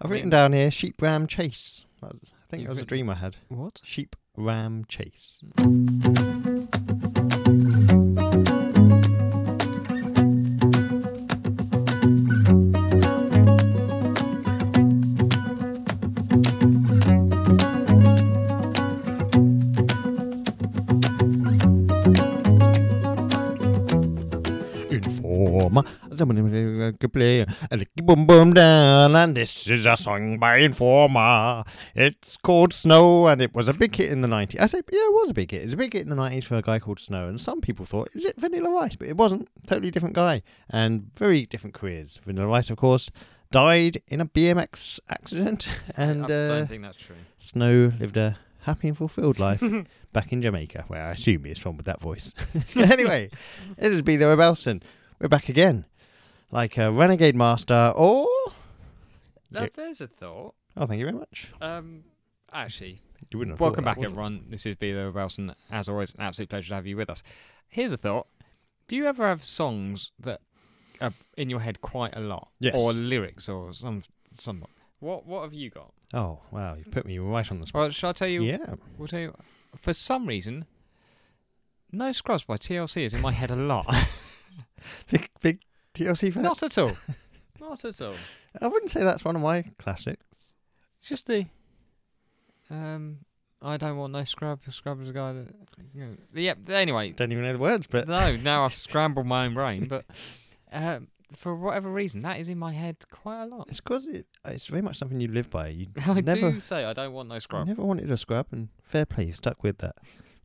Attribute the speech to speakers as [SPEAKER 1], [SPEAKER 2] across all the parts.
[SPEAKER 1] I've written down here sheep ram chase. That was- I think
[SPEAKER 2] You've
[SPEAKER 1] that was a
[SPEAKER 2] written-
[SPEAKER 1] dream I had.
[SPEAKER 2] What?
[SPEAKER 1] Sheep ram chase. Inform. Boom boom down, and this is a song by Informer. It's called Snow, and it was a big hit in the 90s. I say, yeah, it was a big hit. It was a big hit in the 90s for a guy called Snow, and some people thought, is it Vanilla Rice? But it wasn't. Totally different guy, and very different careers. Vanilla Rice, of course, died in a BMX accident, and
[SPEAKER 2] I
[SPEAKER 1] uh,
[SPEAKER 2] don't think that's true.
[SPEAKER 1] Snow lived a happy and fulfilled life back in Jamaica, where I assume he is from with that voice. anyway, this is Be There Belson. We're back again, like a renegade master, or.
[SPEAKER 2] Now,
[SPEAKER 1] Yeah.
[SPEAKER 2] there's a thought.
[SPEAKER 1] Oh, thank you very much.
[SPEAKER 2] Um, actually,
[SPEAKER 1] You wouldn't have
[SPEAKER 2] welcome
[SPEAKER 1] thought
[SPEAKER 2] back,
[SPEAKER 1] that, would you?
[SPEAKER 2] everyone. This is B. Lou Wilson. As always, an absolute pleasure to have you with us. Here's a thought: Do you ever have songs that are in your head quite a lot,
[SPEAKER 1] Yes.
[SPEAKER 2] or lyrics, or some somewhat? What What have you got?
[SPEAKER 1] Oh, wow, you've put me right on the spot.
[SPEAKER 2] Well, shall I tell you?
[SPEAKER 1] yeah.
[SPEAKER 2] We'll tell you. For some reason, "No Scrubs" by TLC is in my head a lot.
[SPEAKER 1] Big, big TLC fan.
[SPEAKER 2] Not at all. Not at all.
[SPEAKER 1] I wouldn't say that's one of my classics.
[SPEAKER 2] It's just the. Um, I don't want no scrub. Scrub is a guy that. You know, yeah. Anyway,
[SPEAKER 1] Don't even know the words, but.
[SPEAKER 2] no. Now I've scrambled my own brain, but um, for whatever reason, that is in my head quite a lot.
[SPEAKER 1] It's because it, it's very much something you live by. You
[SPEAKER 2] I
[SPEAKER 1] never,
[SPEAKER 2] do say I don't want no scrub.
[SPEAKER 1] never wanted a scrub, and fair play, you stuck with that.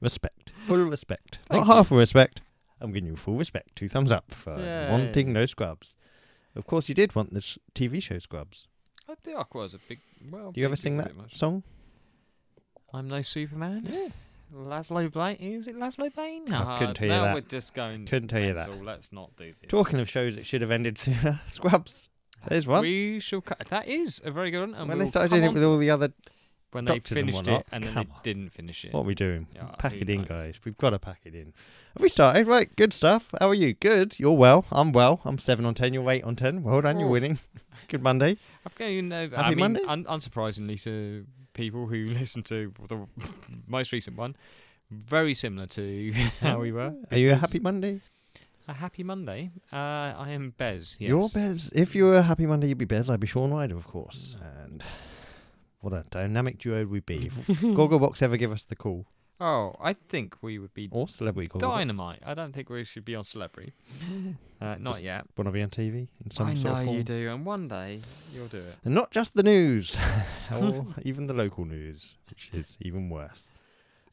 [SPEAKER 1] Respect. Full respect.
[SPEAKER 2] Thank
[SPEAKER 1] Not half a respect. I'm giving you full respect. Two thumbs up for
[SPEAKER 2] Yay.
[SPEAKER 1] wanting no scrubs. Of course, you did want the s- TV show Scrubs.
[SPEAKER 2] I do. I was a big. Well,
[SPEAKER 1] Do you ever
[SPEAKER 2] big is
[SPEAKER 1] sing
[SPEAKER 2] a
[SPEAKER 1] that
[SPEAKER 2] bit much.
[SPEAKER 1] song?
[SPEAKER 2] I'm no Superman. Yeah. Laszlo Blaine. Is it Laszlo Blaine?
[SPEAKER 1] I couldn't
[SPEAKER 2] Ah,
[SPEAKER 1] tell you
[SPEAKER 2] now
[SPEAKER 1] that.
[SPEAKER 2] we're just going.
[SPEAKER 1] Couldn't tell you that.
[SPEAKER 2] mental. Let's not do this.
[SPEAKER 1] Talking of shows that should have ended sooner, Scrubs. There's one.
[SPEAKER 2] We shall. Cut. That is a very good one.
[SPEAKER 1] when
[SPEAKER 2] And we
[SPEAKER 1] they
[SPEAKER 2] will
[SPEAKER 1] started
[SPEAKER 2] come
[SPEAKER 1] doing it
[SPEAKER 2] on
[SPEAKER 1] with
[SPEAKER 2] to-
[SPEAKER 1] all the other,
[SPEAKER 2] when they
[SPEAKER 1] doctors and
[SPEAKER 2] finished
[SPEAKER 1] whatnot,
[SPEAKER 2] it and then
[SPEAKER 1] come
[SPEAKER 2] they
[SPEAKER 1] on.
[SPEAKER 2] didn't finish it.
[SPEAKER 1] what are we doing?
[SPEAKER 2] Yeah,
[SPEAKER 1] pack
[SPEAKER 2] who
[SPEAKER 1] it in,
[SPEAKER 2] knows?
[SPEAKER 1] guys. We've got to pack it in. Have we started? Right, good stuff. How are you? Good. You're well. I'm well. I'm seven on ten. You're eight on ten. Well done. You're
[SPEAKER 2] Oh.
[SPEAKER 1] winning. good Monday.
[SPEAKER 2] I'm going. Uh, I
[SPEAKER 1] Happy
[SPEAKER 2] mean,
[SPEAKER 1] Monday?
[SPEAKER 2] Un- unsurprisingly to people who listen to the most recent one, very similar to how we were.
[SPEAKER 1] Are you a
[SPEAKER 2] because
[SPEAKER 1] happy Monday?
[SPEAKER 2] A happy Monday. Uh, I am Bez. Yes.
[SPEAKER 1] You're Bez. If you were a happy Monday, you'd be Bez. I'd be Sean Ryder, of course.
[SPEAKER 2] Mm.
[SPEAKER 1] And what a dynamic duo we'd be. If Gogglebox ever give us the call,
[SPEAKER 2] Oh, I think we would be
[SPEAKER 1] or celebrity Gogglebox,
[SPEAKER 2] dynamite. I don't think we should be on Celebrity. Uh, not
[SPEAKER 1] Just
[SPEAKER 2] yet.
[SPEAKER 1] want to be on TV in some
[SPEAKER 2] I
[SPEAKER 1] sort
[SPEAKER 2] know
[SPEAKER 1] of form.
[SPEAKER 2] you do, and one day you'll do it.
[SPEAKER 1] And not just the news, or even the local news, which is even worse.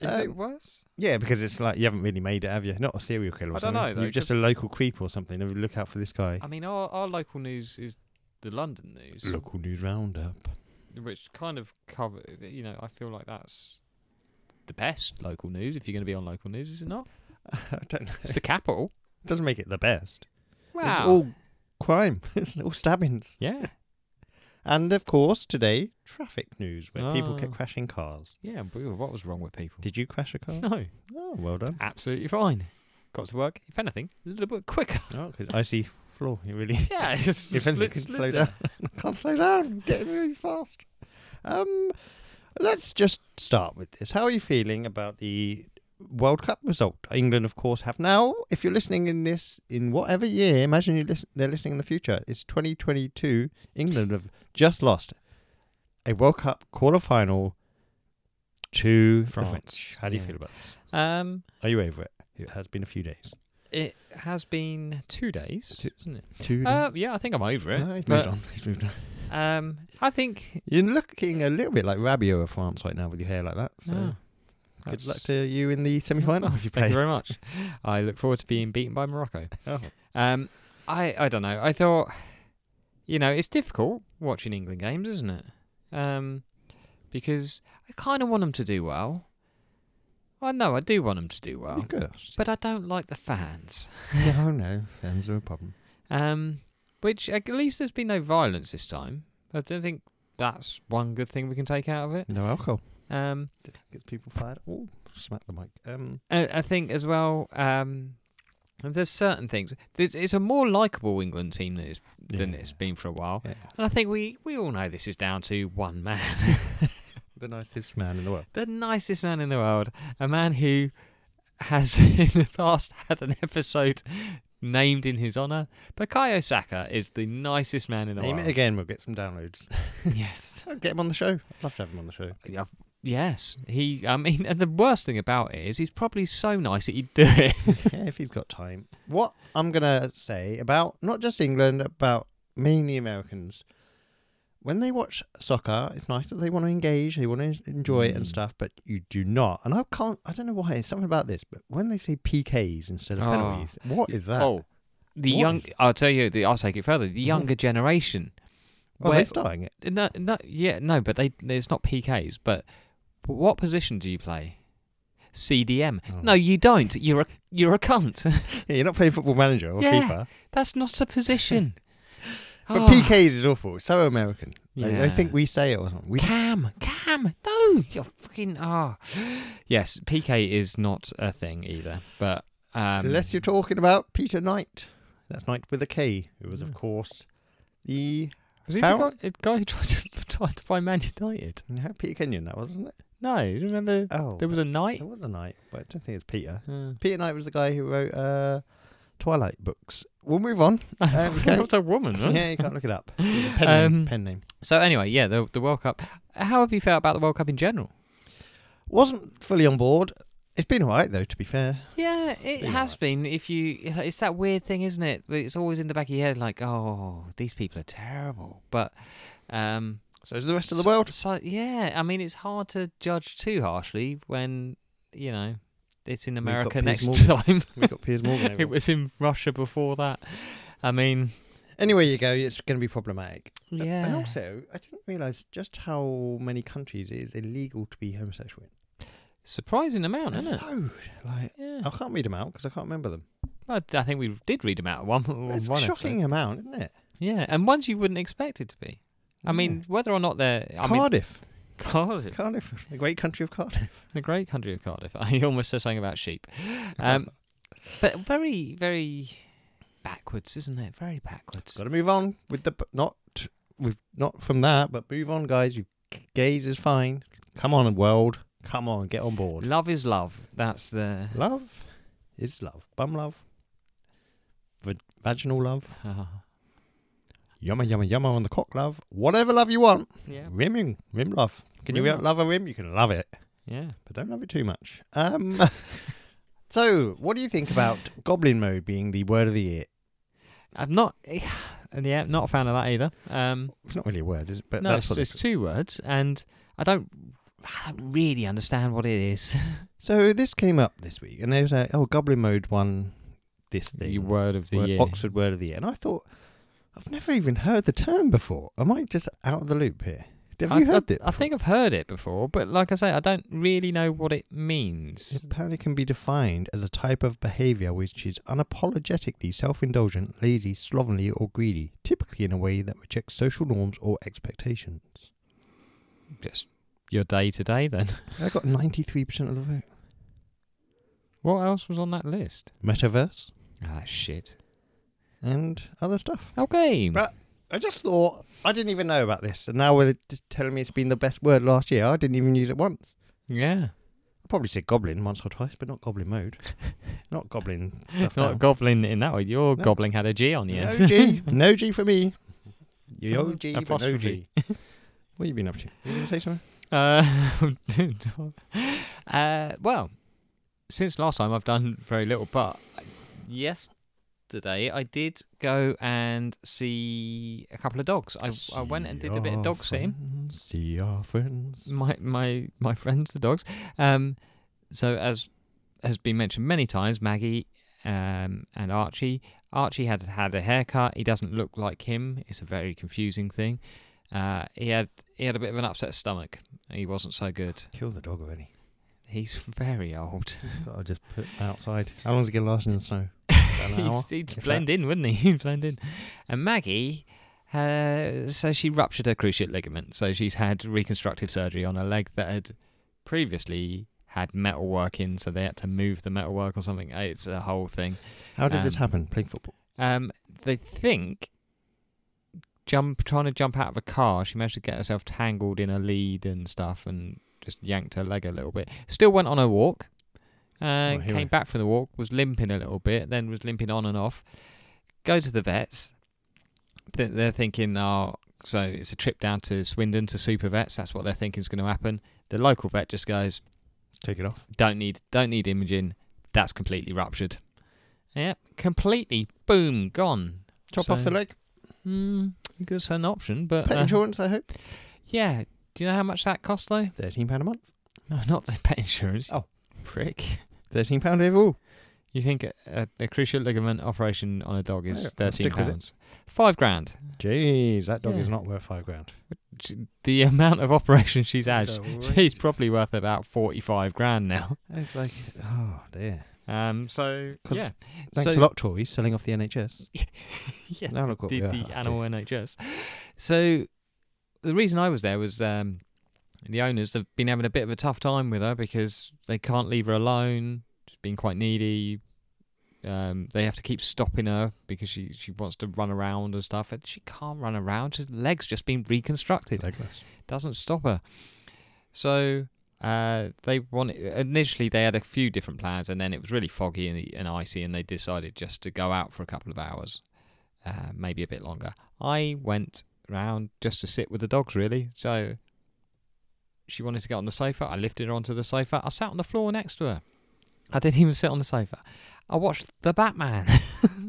[SPEAKER 2] Is
[SPEAKER 1] Um,
[SPEAKER 2] it worse?
[SPEAKER 1] Yeah, because it's like you haven't really made it, have you? Not a serial killer or
[SPEAKER 2] I don't
[SPEAKER 1] something.
[SPEAKER 2] know, though,
[SPEAKER 1] You're just a local creep or something. and Look out for this guy.
[SPEAKER 2] I mean, our, our local news is the London news.
[SPEAKER 1] local news roundup.
[SPEAKER 2] which kind of cover you know i feel like that's the best local news if you're going to be on local news is it not
[SPEAKER 1] I don't know.
[SPEAKER 2] it's the capital
[SPEAKER 1] doesn't make it the best.
[SPEAKER 2] wow
[SPEAKER 1] It's all crime. it's all stabbings.
[SPEAKER 2] yeah
[SPEAKER 1] And of course, today traffic news where people kept
[SPEAKER 2] Oh.
[SPEAKER 1] crashing cars.
[SPEAKER 2] yeah we were- what was wrong with people
[SPEAKER 1] Did you crash a car?
[SPEAKER 2] no
[SPEAKER 1] Oh, well done.
[SPEAKER 2] absolutely fine got to work if anything a little bit quicker
[SPEAKER 1] Oh, 'cause icy floor. You really
[SPEAKER 2] yeah just
[SPEAKER 1] If anything, can slow down. Can't slow down. Getting really fast. Um, let's just start with this. How are you feeling about the World Cup result? England, of course, have now. If you're listening in this in whatever year, imagine you listen, they're listening in the future. It's 2022. England have just lost a World Cup quarter final to the
[SPEAKER 2] France.
[SPEAKER 1] How do you
[SPEAKER 2] Yeah.
[SPEAKER 1] feel about this?
[SPEAKER 2] um
[SPEAKER 1] Are you over it? It has been a few days.
[SPEAKER 2] it has been two days
[SPEAKER 1] Two-
[SPEAKER 2] isn't it
[SPEAKER 1] Two.
[SPEAKER 2] uh, yeah i think i'm over it
[SPEAKER 1] No, he's moved
[SPEAKER 2] but,
[SPEAKER 1] on. He's moved on.
[SPEAKER 2] um i think
[SPEAKER 1] You're looking a little bit like Rabiot of France right now with your hair like that. So
[SPEAKER 2] Ah,
[SPEAKER 1] good luck
[SPEAKER 2] that's-
[SPEAKER 1] to you in the semi
[SPEAKER 2] Oh,
[SPEAKER 1] final if you
[SPEAKER 2] Thank
[SPEAKER 1] play.
[SPEAKER 2] you very much. I look forward to being beaten by Morocco.
[SPEAKER 1] Oh.
[SPEAKER 2] Um, I I don't know. I thought, you know, it's difficult watching England games, isn't it? Um, because I kind of want them to do well. I know I do want them to do well,
[SPEAKER 1] Of course.
[SPEAKER 2] but I don't like the fans.
[SPEAKER 1] no, no, fans are a problem.
[SPEAKER 2] Um, which at least there's been no violence this time. I don't think that's one good thing we can take out of it.
[SPEAKER 1] No alcohol
[SPEAKER 2] Um,
[SPEAKER 1] gets people fired. Oh, smack the mic. Um,
[SPEAKER 2] I, I think as well. Um, And there's certain things. There's, it's a more likable England team than it's, than
[SPEAKER 1] Yeah.
[SPEAKER 2] it's been for a while.
[SPEAKER 1] Yeah.
[SPEAKER 2] And I think we, we all know this is down to one man.
[SPEAKER 1] The nicest man in the world.
[SPEAKER 2] the nicest man in the world, a man who has in the past had an episode named in his honour. Bakayo Saka is the nicest man in the
[SPEAKER 1] Name
[SPEAKER 2] world.
[SPEAKER 1] it again, we'll get some downloads.
[SPEAKER 2] Yes.
[SPEAKER 1] I'd Oh, get him on the show. I'd love to have him on the show.
[SPEAKER 2] Yeah, Yes. He I mean and the worst thing about it is he's probably so nice that he'd do it.
[SPEAKER 1] yeah, if you've got time. What I'm going to say about not just England, about mainly Americans, when they watch soccer, it's nice that they want to engage, they want to enjoy it and
[SPEAKER 2] Mm.
[SPEAKER 1] stuff, but you do not. And I can't, I don't know why, it's something about this, but when they say PKs instead of
[SPEAKER 2] Oh.
[SPEAKER 1] penalties, what is that?
[SPEAKER 2] Oh. The
[SPEAKER 1] What
[SPEAKER 2] young
[SPEAKER 1] is-
[SPEAKER 2] I'll tell you the, I'll take it further. The
[SPEAKER 1] Mhm.
[SPEAKER 2] younger generation.
[SPEAKER 1] well,
[SPEAKER 2] where-
[SPEAKER 1] they're starting it.
[SPEAKER 2] no no yeah, no, but they it's not PKs, but what position do you play? CDM.
[SPEAKER 1] Oh.
[SPEAKER 2] No, you don't. You're a you're a cunt.
[SPEAKER 1] Yeah, you're not playing Football Manager or
[SPEAKER 2] Yeah.
[SPEAKER 1] FIFA.
[SPEAKER 2] That's not a position.
[SPEAKER 1] But
[SPEAKER 2] Ah,
[SPEAKER 1] PKs is awful. It's so American. Like, They
[SPEAKER 2] yeah.
[SPEAKER 1] think we say it or something. We
[SPEAKER 2] Ah. Cam, Cam, no, you're fucking ah. Yes, PK is not a thing either. But um,
[SPEAKER 1] Unless you're talking about Peter Knight. That's Knight with a K, who was,
[SPEAKER 2] Mm.
[SPEAKER 1] of course, the
[SPEAKER 2] was he the guy,
[SPEAKER 1] Farrell?
[SPEAKER 2] the guy who tried to, tried to buy Man United?
[SPEAKER 1] no, Peter Kenyon, that wasn't it?
[SPEAKER 2] No, you remember
[SPEAKER 1] Oh,
[SPEAKER 2] there was a night.
[SPEAKER 1] there was a Knight, but I don't think it's Peter.
[SPEAKER 2] Uh,
[SPEAKER 1] Peter Knight was the guy who wrote uh, Twilight books. We'll move on. okay.
[SPEAKER 2] Not a woman. huh?
[SPEAKER 1] yeah, you can't look it up. It's a pen, name-
[SPEAKER 2] Um,
[SPEAKER 1] pen name.
[SPEAKER 2] So anyway, yeah, the the World Cup. How have you felt about the World Cup in general?
[SPEAKER 1] Wasn't fully on board. It's been all right though, to be fair.
[SPEAKER 2] Yeah, it
[SPEAKER 1] Been
[SPEAKER 2] has been. If you, it's that weird thing, isn't it? That It's always in the back of your head, like, oh, these people are terrible. But, um,
[SPEAKER 1] So is the rest of the
[SPEAKER 2] so-
[SPEAKER 1] world.
[SPEAKER 2] So yeah, I mean, it's hard to judge too harshly when you know it's in
[SPEAKER 1] got
[SPEAKER 2] America
[SPEAKER 1] Piers
[SPEAKER 2] next
[SPEAKER 1] Morgan.
[SPEAKER 2] time.
[SPEAKER 1] We've got Piers Morgan.
[SPEAKER 2] it
[SPEAKER 1] over.
[SPEAKER 2] was in Russia before that. I mean,
[SPEAKER 1] Anyway, you go. It's going to be problematic. Uh,
[SPEAKER 2] yeah.
[SPEAKER 1] And also, I didn't realise just how many countries it is illegal to be homosexual. in.
[SPEAKER 2] surprising amount, isn't it?
[SPEAKER 1] No, like
[SPEAKER 2] Yeah,
[SPEAKER 1] I can't read them out because I can't remember them.
[SPEAKER 2] But I think we did read about one. one
[SPEAKER 1] It's a
[SPEAKER 2] episode.
[SPEAKER 1] shocking amount, isn't it?
[SPEAKER 2] Yeah, and ones you wouldn't expect it to be. I mean, whether or not they're, I mean,
[SPEAKER 1] Cardiff,
[SPEAKER 2] Cardiff,
[SPEAKER 1] Cardiff, the great country of Cardiff.
[SPEAKER 2] the great country of Cardiff. I almost said something about sheep, um, but very, very backwards, isn't it? Very backwards.
[SPEAKER 1] Got to move on with the not with not from that, but move on, guys. You gaze is fine. Come on, world. Come on, get on board.
[SPEAKER 2] Love is love. That's the.
[SPEAKER 1] Love is love. Bum love. Va- vaginal love. Yumma yumma yumma on the cock love. Whatever love you want.
[SPEAKER 2] yeah.
[SPEAKER 1] Rimming, rim love. Can
[SPEAKER 2] Rim
[SPEAKER 1] you love a rim? You can love it.
[SPEAKER 2] Yeah.
[SPEAKER 1] but don't love it too much. Um, so, what do you think about Goblin Mode being the word of the year?
[SPEAKER 2] I'm not. Yeah, not a fan of that either. Um,
[SPEAKER 1] It's not really a word, is it? But
[SPEAKER 2] no,
[SPEAKER 1] that's
[SPEAKER 2] it's,
[SPEAKER 1] what
[SPEAKER 2] it's
[SPEAKER 1] it is.
[SPEAKER 2] two words, and I don't. I don't really understand what it is.
[SPEAKER 1] So this came up this week, and they was like, "Oh, Goblin Mode won this thing,
[SPEAKER 2] the word of the
[SPEAKER 1] word-
[SPEAKER 2] year.
[SPEAKER 1] Oxford Word of the Year," and I thought, I've never even heard the term before. Am I just out of the loop here? Have
[SPEAKER 2] I,
[SPEAKER 1] you heard
[SPEAKER 2] I,
[SPEAKER 1] it?
[SPEAKER 2] I think I've heard it before, but like I say, I don't really know what it means.
[SPEAKER 1] It apparently can be defined as a type of behaviour which is unapologetically self indulgent, lazy, slovenly, or greedy, typically in a way that rejects social norms or expectations.
[SPEAKER 2] Just your day to day, then.
[SPEAKER 1] I got 93% of the vote.
[SPEAKER 2] What else was on that list?
[SPEAKER 1] Metaverse
[SPEAKER 2] Ah, shit.
[SPEAKER 1] and other stuff.
[SPEAKER 2] Okay.
[SPEAKER 1] But- I just thought, I didn't even know about this. And now we're just telling me it's been the best word last year. I didn't even use it once.
[SPEAKER 2] yeah.
[SPEAKER 1] I probably said goblin once or twice, but not goblin mode. not goblin stuff.
[SPEAKER 2] Not
[SPEAKER 1] now.
[SPEAKER 2] goblin in that way. Your
[SPEAKER 1] No.
[SPEAKER 2] goblin had a G on the end.
[SPEAKER 1] No G. No G for me. Yo
[SPEAKER 2] Oh,
[SPEAKER 1] G for no G.
[SPEAKER 2] apostrophe.
[SPEAKER 1] What have you been up to? You going to say something?
[SPEAKER 2] Uh, uh, well, since last time I've done very little, but yesterday I did go and see a couple of dogs. I, I went and did a bit of dog Mm. sitting.
[SPEAKER 1] See our friends.
[SPEAKER 2] My my my friends, the dogs. Um, so as has been mentioned many times, Maggie um, and Archie. Archie had had a haircut. He doesn't look like him. It's a very confusing thing. Uh, he had he had a bit of an upset stomach. He wasn't so good.
[SPEAKER 1] Kill the dog already.
[SPEAKER 2] He's very old.
[SPEAKER 1] Got to just put it outside. How long's it going to last in the snow? About an hour?
[SPEAKER 2] He'd, he'd
[SPEAKER 1] if
[SPEAKER 2] blend in, wouldn't he? He'd blend in. And Maggie, uh, so she ruptured her cruciate ligament. So she's had reconstructive surgery on her leg that had previously had metalwork in, so they had to move the metalwork or something. Uh, It's a whole thing.
[SPEAKER 1] How did this
[SPEAKER 2] Um,
[SPEAKER 1] happen? Playing football.
[SPEAKER 2] Um, they think jump trying to jump out of a car. She managed to get herself tangled in a lead and stuff, and just yanked her leg a little bit. Still went on her walk. Uh,
[SPEAKER 1] Oh, here we-
[SPEAKER 2] came back from the walk, was limping a little bit, then was limping on and off. Go to the vets. Th- They're thinking, oh, so it's a trip down to Swindon to super vets. That's what they're thinking is going to happen. The local vet just goes,
[SPEAKER 1] Take it off.
[SPEAKER 2] don't need don't need imaging. That's completely ruptured. Yep, completely. Boom, gone.
[SPEAKER 1] Chop off
[SPEAKER 2] So-
[SPEAKER 1] the leg.
[SPEAKER 2] Mm, that's an option, but
[SPEAKER 1] Pet
[SPEAKER 2] uh,
[SPEAKER 1] insurance, I hope.
[SPEAKER 2] yeah. Do you know how much that cost though?
[SPEAKER 1] Thirteen pound a month.
[SPEAKER 2] No, not the pet insurance. you
[SPEAKER 1] Oh.
[SPEAKER 2] prick!
[SPEAKER 1] Thirteen pound overall.
[SPEAKER 2] You think a, a, a cruciate ligament operation on a dog is
[SPEAKER 1] Yeah, I'll
[SPEAKER 2] thirteen
[SPEAKER 1] stick with it.
[SPEAKER 2] pounds? Five grand.
[SPEAKER 1] Jeez, that dog
[SPEAKER 2] Yeah.
[SPEAKER 1] is not worth five grand.
[SPEAKER 2] J- The amount of operations she's had,
[SPEAKER 1] So
[SPEAKER 2] she's probably worth about forty-five grand now.
[SPEAKER 1] It's like, oh dear.
[SPEAKER 2] Um, so
[SPEAKER 1] 'Cause-
[SPEAKER 2] yeah,
[SPEAKER 1] Thanks
[SPEAKER 2] So-
[SPEAKER 1] a lot, Tories, selling off the NHS.
[SPEAKER 2] yeah,
[SPEAKER 1] Now look what
[SPEAKER 2] the,
[SPEAKER 1] we are
[SPEAKER 2] the
[SPEAKER 1] after.
[SPEAKER 2] animal NHS. So the reason I was there was um, the owners have been having a bit of a tough time with her because they can't leave her alone. She's been quite needy. Um, they have to keep stopping her because she, she wants to run around and stuff, and she can't run around. Her leg's just been reconstructed
[SPEAKER 1] Legless.
[SPEAKER 2] doesn't stop her. So uh, they wanted initially they had a few different plans, and then it was really foggy and, and icy, and they decided just to go out for a couple of hours, uh, maybe a bit longer. I went round just to sit with the dogs, really. So she wanted to get on the sofa. I lifted her onto the sofa. I sat on the floor next to her. I didn't even sit on the sofa. I watched the Batman.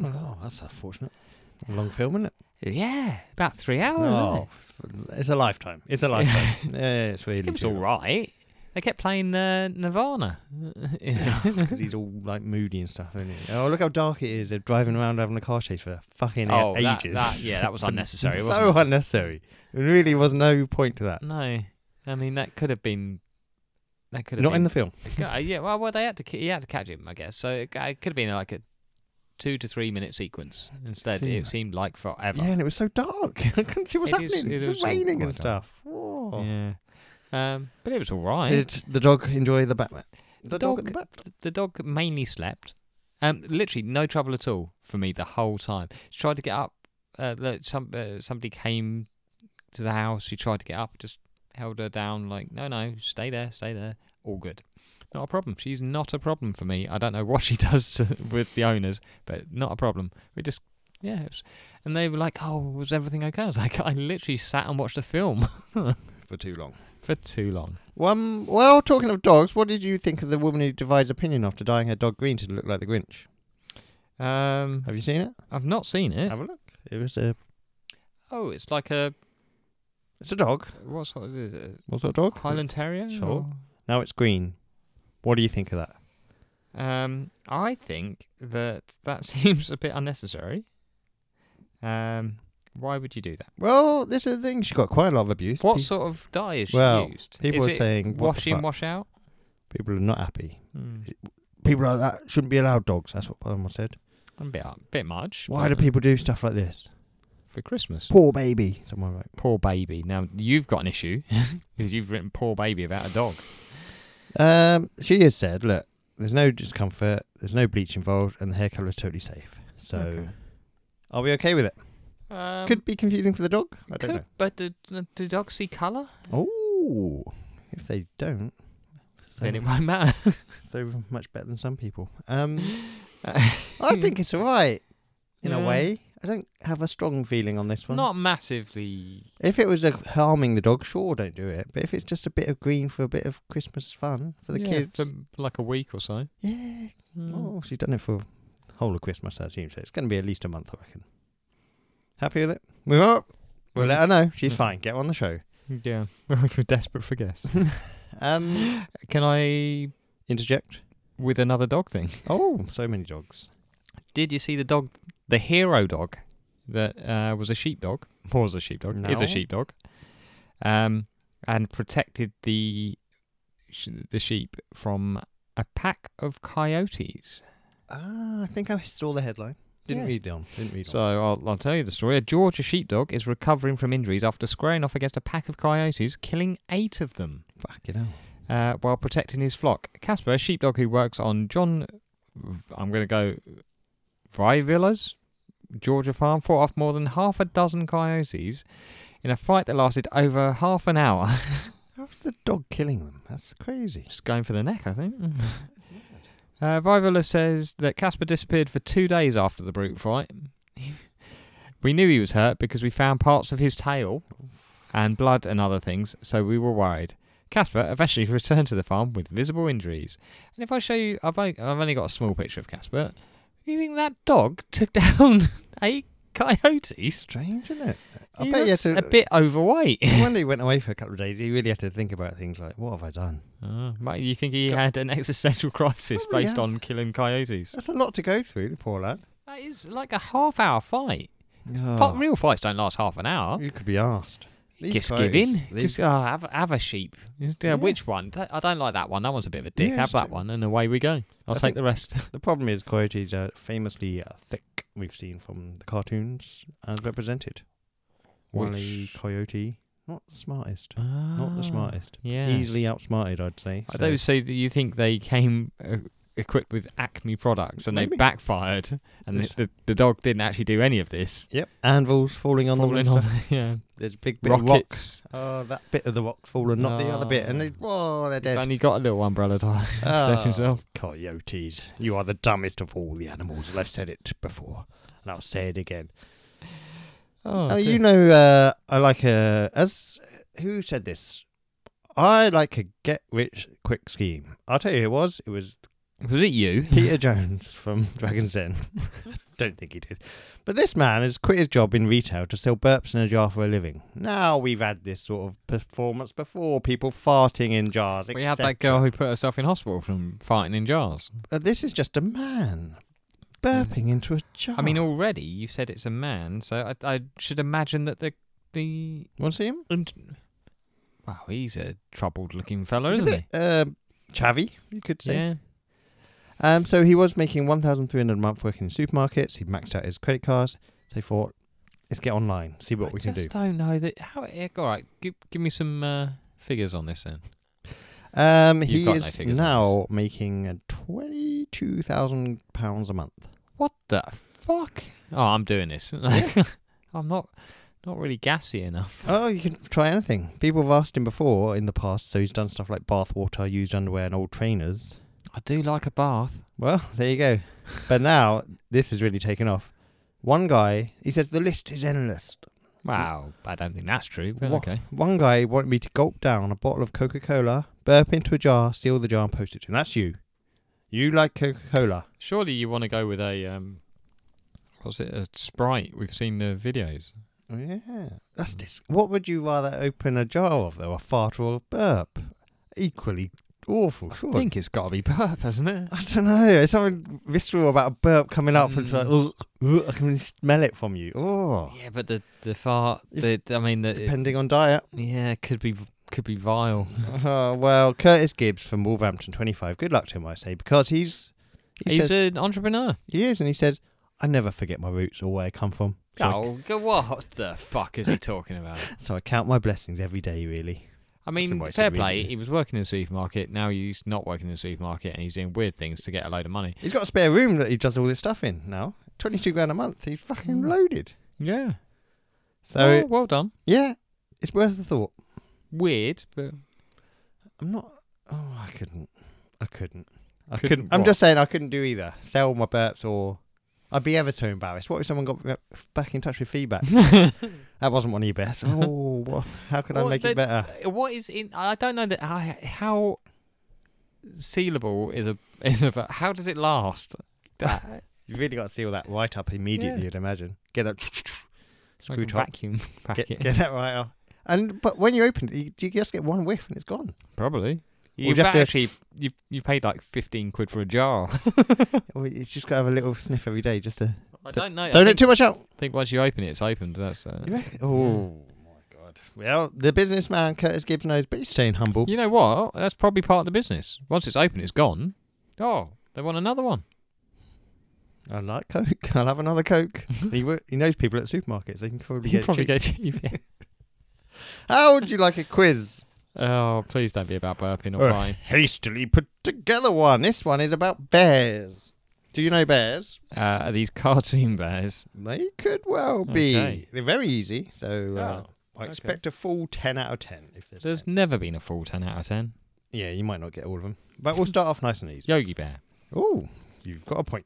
[SPEAKER 1] Oh, that's unfortunate. Long film, isn't it?
[SPEAKER 2] yeah, about three hours. wasn't it?
[SPEAKER 1] Oh, it's a lifetime. It's a lifetime. yeah, it's really
[SPEAKER 2] It was
[SPEAKER 1] too
[SPEAKER 2] all
[SPEAKER 1] long.
[SPEAKER 2] right. They kept playing uh, Nirvana.
[SPEAKER 1] because he's all like moody and stuff, isn't he? Oh, look how dark it is. They're driving around having a car chase for fucking
[SPEAKER 2] oh, that-
[SPEAKER 1] ages.
[SPEAKER 2] that- yeah, that was unnecessary.
[SPEAKER 1] so
[SPEAKER 2] wasn't
[SPEAKER 1] unnecessary. There really was no point to that.
[SPEAKER 2] it? No, I mean that could have been. That could have
[SPEAKER 1] Not
[SPEAKER 2] been,
[SPEAKER 1] in the film.
[SPEAKER 2] Go- yeah, well, well, they had to. ca- He had to catch him, I guess. So it, ca- it could have been like a two to three minute sequence. Instead,
[SPEAKER 1] Seemed-
[SPEAKER 2] it seemed like forever.
[SPEAKER 1] Yeah, and it was so dark. I couldn't see what's
[SPEAKER 2] It is-
[SPEAKER 1] happening.
[SPEAKER 2] it
[SPEAKER 1] It,
[SPEAKER 2] is
[SPEAKER 1] was
[SPEAKER 2] all
[SPEAKER 1] raining and
[SPEAKER 2] quite dark.
[SPEAKER 1] stuff. Whoa.
[SPEAKER 2] Yeah. Um, but it was all right.
[SPEAKER 1] Did the dog enjoy the Batman? The dog,
[SPEAKER 2] Dog-
[SPEAKER 1] and the Batman.
[SPEAKER 2] the dog mainly slept. Um, literally no trouble at all for me the whole time. She tried to get up. Uh, the- some uh, somebody came to the house. She tried to get up. Just held her down. Like no, no, stay there, stay there. All good. Not a problem. She's not a problem for me. I don't know what she does to, with the owners, but not a problem. We just yeah. It was, and they were like, "Oh, was everything okay?" I was like, "I literally sat and watched a film
[SPEAKER 1] For too long.
[SPEAKER 2] for too long."
[SPEAKER 1] Um, well, talking of dogs, what did you think of the woman who divides opinion after dyeing her dog green to look like the Grinch?
[SPEAKER 2] Um,
[SPEAKER 1] Have you seen it?
[SPEAKER 2] I've not seen it.
[SPEAKER 1] Have a look. It was a.
[SPEAKER 2] Oh, it's like a
[SPEAKER 1] It's a dog.
[SPEAKER 2] what sort of is it?
[SPEAKER 1] What sort of dog?
[SPEAKER 2] Highland Terrier?
[SPEAKER 1] Sure. Now it's green. What do you think of that?
[SPEAKER 2] or- Um, I think that that seems a bit unnecessary. Um, why would you do that?
[SPEAKER 1] Well, this is the thing. She got quite a lot of abuse.
[SPEAKER 2] What
[SPEAKER 1] Pe-
[SPEAKER 2] sort of dye is
[SPEAKER 1] well,
[SPEAKER 2] she used?
[SPEAKER 1] people
[SPEAKER 2] is
[SPEAKER 1] are
[SPEAKER 2] it
[SPEAKER 1] saying what the
[SPEAKER 2] wash in,
[SPEAKER 1] fuck? Hmm.
[SPEAKER 2] wash out?
[SPEAKER 1] People are not happy.
[SPEAKER 2] Mm.
[SPEAKER 1] People like that shouldn't be allowed dogs. That's what someone said.
[SPEAKER 2] A bit, a bit much.
[SPEAKER 1] Why do
[SPEAKER 2] but
[SPEAKER 1] people do stuff like this?
[SPEAKER 2] for Christmas?
[SPEAKER 1] Poor baby. Someone wrote.
[SPEAKER 2] Poor baby. Now you've got an issue because you've written "poor baby" about a dog.
[SPEAKER 1] Um, she has said, look, there's no discomfort, there's no bleach involved, and the hair colour is totally safe. So
[SPEAKER 2] Okay.
[SPEAKER 1] are we okay with it?
[SPEAKER 2] Um,
[SPEAKER 1] could be confusing for the dog. I don't
[SPEAKER 2] could- But do, do dogs see colour?
[SPEAKER 1] know. Oh, if they don't, so,
[SPEAKER 2] Then it won't matter.
[SPEAKER 1] so much better than some people. Um, I think it's all right in a
[SPEAKER 2] Yeah.
[SPEAKER 1] way. I don't have a strong feeling on this one.
[SPEAKER 2] Not massively.
[SPEAKER 1] If it was a harming the dog, sure, don't do it. But if it's just a bit of green for a bit of Christmas fun for the
[SPEAKER 2] Yeah,
[SPEAKER 1] kids,
[SPEAKER 2] for like a week or so.
[SPEAKER 1] yeah.
[SPEAKER 2] Mm.
[SPEAKER 1] Oh, she's done it for the whole of Christmas, I assume. So it's going to be at least a month, I reckon. Happy with it? Move up. We'll let her know. She's
[SPEAKER 2] Mm.
[SPEAKER 1] fine. Get her on the show.
[SPEAKER 2] Yeah, we're desperate for guests.
[SPEAKER 1] Um,
[SPEAKER 2] Can I,
[SPEAKER 1] interject.
[SPEAKER 2] with another dog thing?
[SPEAKER 1] Oh, so many dogs.
[SPEAKER 2] Did you see the dog, the hero dog, that uh, was a sheepdog? Was a sheepdog? Is
[SPEAKER 1] No.
[SPEAKER 2] a sheepdog. Um, and protected the sh- the sheep from a pack of coyotes.
[SPEAKER 1] Ah, I think I saw the headline. Didn't
[SPEAKER 2] Yeah.
[SPEAKER 1] read on. Didn't read
[SPEAKER 2] So
[SPEAKER 1] on.
[SPEAKER 2] I'll, I'll tell you the story. A Georgia sheepdog is recovering from injuries after squaring off against a pack of coyotes, killing eight of them.
[SPEAKER 1] Fucking hell.
[SPEAKER 2] Uh, uh, while protecting his flock. Casper, a sheepdog who works on John, I'm going to go, Villa's Georgia farm, fought off more than half a dozen coyotes in a fight that lasted over half an hour.
[SPEAKER 1] How's the dog killing them? That's crazy.
[SPEAKER 2] Just going for the neck, I think. uh, Vivula says that Casper disappeared for two days after the brute fight. we knew he was hurt because we found parts of his tail and blood and other things, so we were worried. Casper eventually returned to the farm with visible injuries. And if I show you, I've, o- I've only got a small picture of Casper. You think that dog took down eight coyotes?
[SPEAKER 1] Strange, isn't it? I
[SPEAKER 2] He
[SPEAKER 1] bet you had
[SPEAKER 2] looks
[SPEAKER 1] to.
[SPEAKER 2] a bit overweight.
[SPEAKER 1] when he went away for a couple of days, he really had to think about things like, "What have I done?"
[SPEAKER 2] Ah, mate, you think he had an existential crisis
[SPEAKER 1] Probably
[SPEAKER 2] based
[SPEAKER 1] has.
[SPEAKER 2] on killing coyotes?
[SPEAKER 1] That's a lot to go through. The poor lad.
[SPEAKER 2] That is like a half hour fight.
[SPEAKER 1] Oh,
[SPEAKER 2] Fi- real fights don't last half an hour.
[SPEAKER 1] you could be asked. These
[SPEAKER 2] Just
[SPEAKER 1] coyotes,
[SPEAKER 2] give in.
[SPEAKER 1] these-
[SPEAKER 2] Just oh, have, have a sheep. Just, uh,
[SPEAKER 1] Yeah.
[SPEAKER 2] Which one? Th- I don't like that one. That one's a bit of a dick.
[SPEAKER 1] Yeah,
[SPEAKER 2] have
[SPEAKER 1] just
[SPEAKER 2] that
[SPEAKER 1] do-
[SPEAKER 2] one, and away we go. I'll
[SPEAKER 1] I
[SPEAKER 2] take
[SPEAKER 1] think-
[SPEAKER 2] the rest.
[SPEAKER 1] The problem is coyotes are famously uh, thick. We've seen from the cartoons as represented. Wally
[SPEAKER 2] Which-
[SPEAKER 1] Coyote, not the smartest. Not the
[SPEAKER 2] Ah,
[SPEAKER 1] smartest.
[SPEAKER 2] Yeah.
[SPEAKER 1] Easily outsmarted, I'd say.
[SPEAKER 2] Are
[SPEAKER 1] so-
[SPEAKER 2] those so that you think they came uh, equipped with Acme products and they
[SPEAKER 1] Maybe.
[SPEAKER 2] backfired, and
[SPEAKER 1] This-
[SPEAKER 2] the, the, the dog didn't actually do any of this.
[SPEAKER 1] Yep. Anvils falling on
[SPEAKER 2] Falling
[SPEAKER 1] them. and
[SPEAKER 2] on
[SPEAKER 1] stuff.
[SPEAKER 2] the- yeah,
[SPEAKER 1] There's a big bit of rock.
[SPEAKER 2] rockets.
[SPEAKER 1] Oh, that bit of the rock fallen, not the other bit. And
[SPEAKER 2] Ah.
[SPEAKER 1] they, whoa, they're
[SPEAKER 2] He's
[SPEAKER 1] dead.
[SPEAKER 2] only got a little umbrella tie. to
[SPEAKER 1] Ah.
[SPEAKER 2] protect himself.
[SPEAKER 1] Coyotes, you are the dumbest of all the animals. And I've said it before, and I'll say it again.
[SPEAKER 2] Oh,
[SPEAKER 1] Oh, you
[SPEAKER 2] dear.
[SPEAKER 1] know, uh, I like a as who said this. I like a get rich quick scheme. I'll tell you, who it was it was
[SPEAKER 2] was it you?
[SPEAKER 1] Peter Jones from Dragon's Den. Don't think he did. But this man has quit his job in retail to sell burps in a jar for a living. Now we've had this sort of performance before, people farting in jars.
[SPEAKER 2] We had
[SPEAKER 1] etc.
[SPEAKER 2] that girl who put herself in hospital from fighting in jars.
[SPEAKER 1] Uh, This is just a man burping into a jar.
[SPEAKER 2] I mean, already you said it's a man, so I, I should imagine that the the
[SPEAKER 1] want to see him?
[SPEAKER 2] wow, he's a troubled-looking fellow,
[SPEAKER 1] He's a
[SPEAKER 2] isn't he?
[SPEAKER 1] bit, um, chavvy, you could say.
[SPEAKER 2] Oh, Yeah.
[SPEAKER 1] Um, so he was making 1,300 a month working in supermarkets. He maxed out his credit cards. So he thought, let's get online, see what
[SPEAKER 2] I
[SPEAKER 1] we can do.
[SPEAKER 2] just don't know that. How? yeah, All right, give, give me some uh, figures on this then.
[SPEAKER 1] Um,
[SPEAKER 2] You've
[SPEAKER 1] he
[SPEAKER 2] got no
[SPEAKER 1] is
[SPEAKER 2] figures on
[SPEAKER 1] now making twenty-two thousand pounds a month.
[SPEAKER 2] What the fuck? Oh, I'm doing this. I'm not not really gassy enough.
[SPEAKER 1] Oh, you can try anything. People have asked him before in the past, so he's done stuff like bathwater, used underwear, and old trainers.
[SPEAKER 2] I do like a bath.
[SPEAKER 1] Well, there you go. but now this has really taken off. One guy, he says the list is endless.
[SPEAKER 2] Wow, I don't think that's true. But
[SPEAKER 1] Wha-
[SPEAKER 2] okay.
[SPEAKER 1] One guy wanted me to gulp down a bottle of Coca-Cola, burp into a jar, seal the jar, and post it. And that's you. You like Coca-Cola.
[SPEAKER 2] Surely you want to go with a um, what's it? A sprite. We've seen the videos.
[SPEAKER 1] Oh, Yeah, that's dis- What would you rather open a jar of though, a fart or a burp? Equally awful,
[SPEAKER 2] I
[SPEAKER 1] surely.
[SPEAKER 2] think it's got to be burp, hasn't it?
[SPEAKER 1] I don't know. There's something visceral about a burp coming up and it's like,
[SPEAKER 2] Mm.
[SPEAKER 1] ugh, ugh, I can smell it from you. Oh,
[SPEAKER 2] Yeah, but the the fart. The, I mean, the it,
[SPEAKER 1] depending on diet.
[SPEAKER 2] yeah, could be v- could be vile.
[SPEAKER 1] Uh, well, Curtis Gibbs from Wolverhampton, 25. Good luck to him, I say, because he's he,
[SPEAKER 2] He's
[SPEAKER 1] said,
[SPEAKER 2] an entrepreneur.
[SPEAKER 1] he is, and he said, I never forget my roots or where I come from. So, I,
[SPEAKER 2] Oh, go- what the fuck is he talking about?
[SPEAKER 1] so I count my blessings every day, really.
[SPEAKER 2] I mean,
[SPEAKER 1] what he
[SPEAKER 2] fair
[SPEAKER 1] said,
[SPEAKER 2] play.
[SPEAKER 1] really.
[SPEAKER 2] He was working in a supermarket. Now he's not working in a supermarket, and he's doing weird things to get a load of money.
[SPEAKER 1] He's got a spare room that he does all this stuff in now. 22 grand a month. He's fucking
[SPEAKER 2] Mm.
[SPEAKER 1] loaded.
[SPEAKER 2] Yeah.
[SPEAKER 1] So
[SPEAKER 2] well, well done.
[SPEAKER 1] yeah, it's worth a thought.
[SPEAKER 2] Weird, but
[SPEAKER 1] I'm not. Oh, I couldn't. I couldn't. I
[SPEAKER 2] Couldn't
[SPEAKER 1] couldn't. I'm
[SPEAKER 2] what?
[SPEAKER 1] just saying I couldn't do either. Sell my burps or. I'd be ever so embarrassed. What if someone got me back in touch with feedback? that wasn't one of your best. Oh, what, how could I
[SPEAKER 2] Well,
[SPEAKER 1] make
[SPEAKER 2] the-
[SPEAKER 1] it better?
[SPEAKER 2] Uh, What is in? I don't know that how, how sealable is a is a how does it last? That-
[SPEAKER 1] You've really got to seal that right up immediately.
[SPEAKER 2] Yeah.
[SPEAKER 1] You'd imagine. Get that
[SPEAKER 2] like
[SPEAKER 1] screw
[SPEAKER 2] a
[SPEAKER 1] top.
[SPEAKER 2] vacuum
[SPEAKER 1] Get,
[SPEAKER 2] packet.
[SPEAKER 1] get that right off. And but when you open it, you, you just get one whiff and it's gone.
[SPEAKER 2] Probably.
[SPEAKER 1] Well,
[SPEAKER 2] You've
[SPEAKER 1] you'd have to-
[SPEAKER 2] actually you you paid like fifteen quid for a jar.
[SPEAKER 1] Or It's just got to have a little sniff every day just to.
[SPEAKER 2] I don't know.
[SPEAKER 1] Don't
[SPEAKER 2] I
[SPEAKER 1] let
[SPEAKER 2] think,
[SPEAKER 1] too much out.
[SPEAKER 2] I think once you open it, it's opened. That's uh,
[SPEAKER 1] You reckon? Oh my god. Well, the businessman Curtis Gibbs knows, but he's staying humble.
[SPEAKER 2] you know what? That's probably part of the business. Once it's open, it's gone. Oh, they want another one.
[SPEAKER 1] I like Coke. I'll have another Coke. he, wo- he knows people at supermarkets. They can probably
[SPEAKER 2] You
[SPEAKER 1] get it
[SPEAKER 2] probably
[SPEAKER 1] cheap.
[SPEAKER 2] go cheap. yeah.
[SPEAKER 1] How would you like a quiz?
[SPEAKER 2] Oh, please don't be about burping or
[SPEAKER 1] Uh,
[SPEAKER 2] flying.
[SPEAKER 1] hastily put together one. This one is about bears. Do you know bears?
[SPEAKER 2] Uh, are these cartoon bears?
[SPEAKER 1] They could well be.
[SPEAKER 2] Okay.
[SPEAKER 1] They're very easy, so uh,
[SPEAKER 2] Oh,
[SPEAKER 1] I expect a full 10 out of 10 if there's,
[SPEAKER 2] There's
[SPEAKER 1] 10.
[SPEAKER 2] never been a full 10 out of 10.
[SPEAKER 1] Yeah, you might not get all of them. But we'll start off nice and easy.
[SPEAKER 2] Yogi Bear.
[SPEAKER 1] Oh, you've got a point.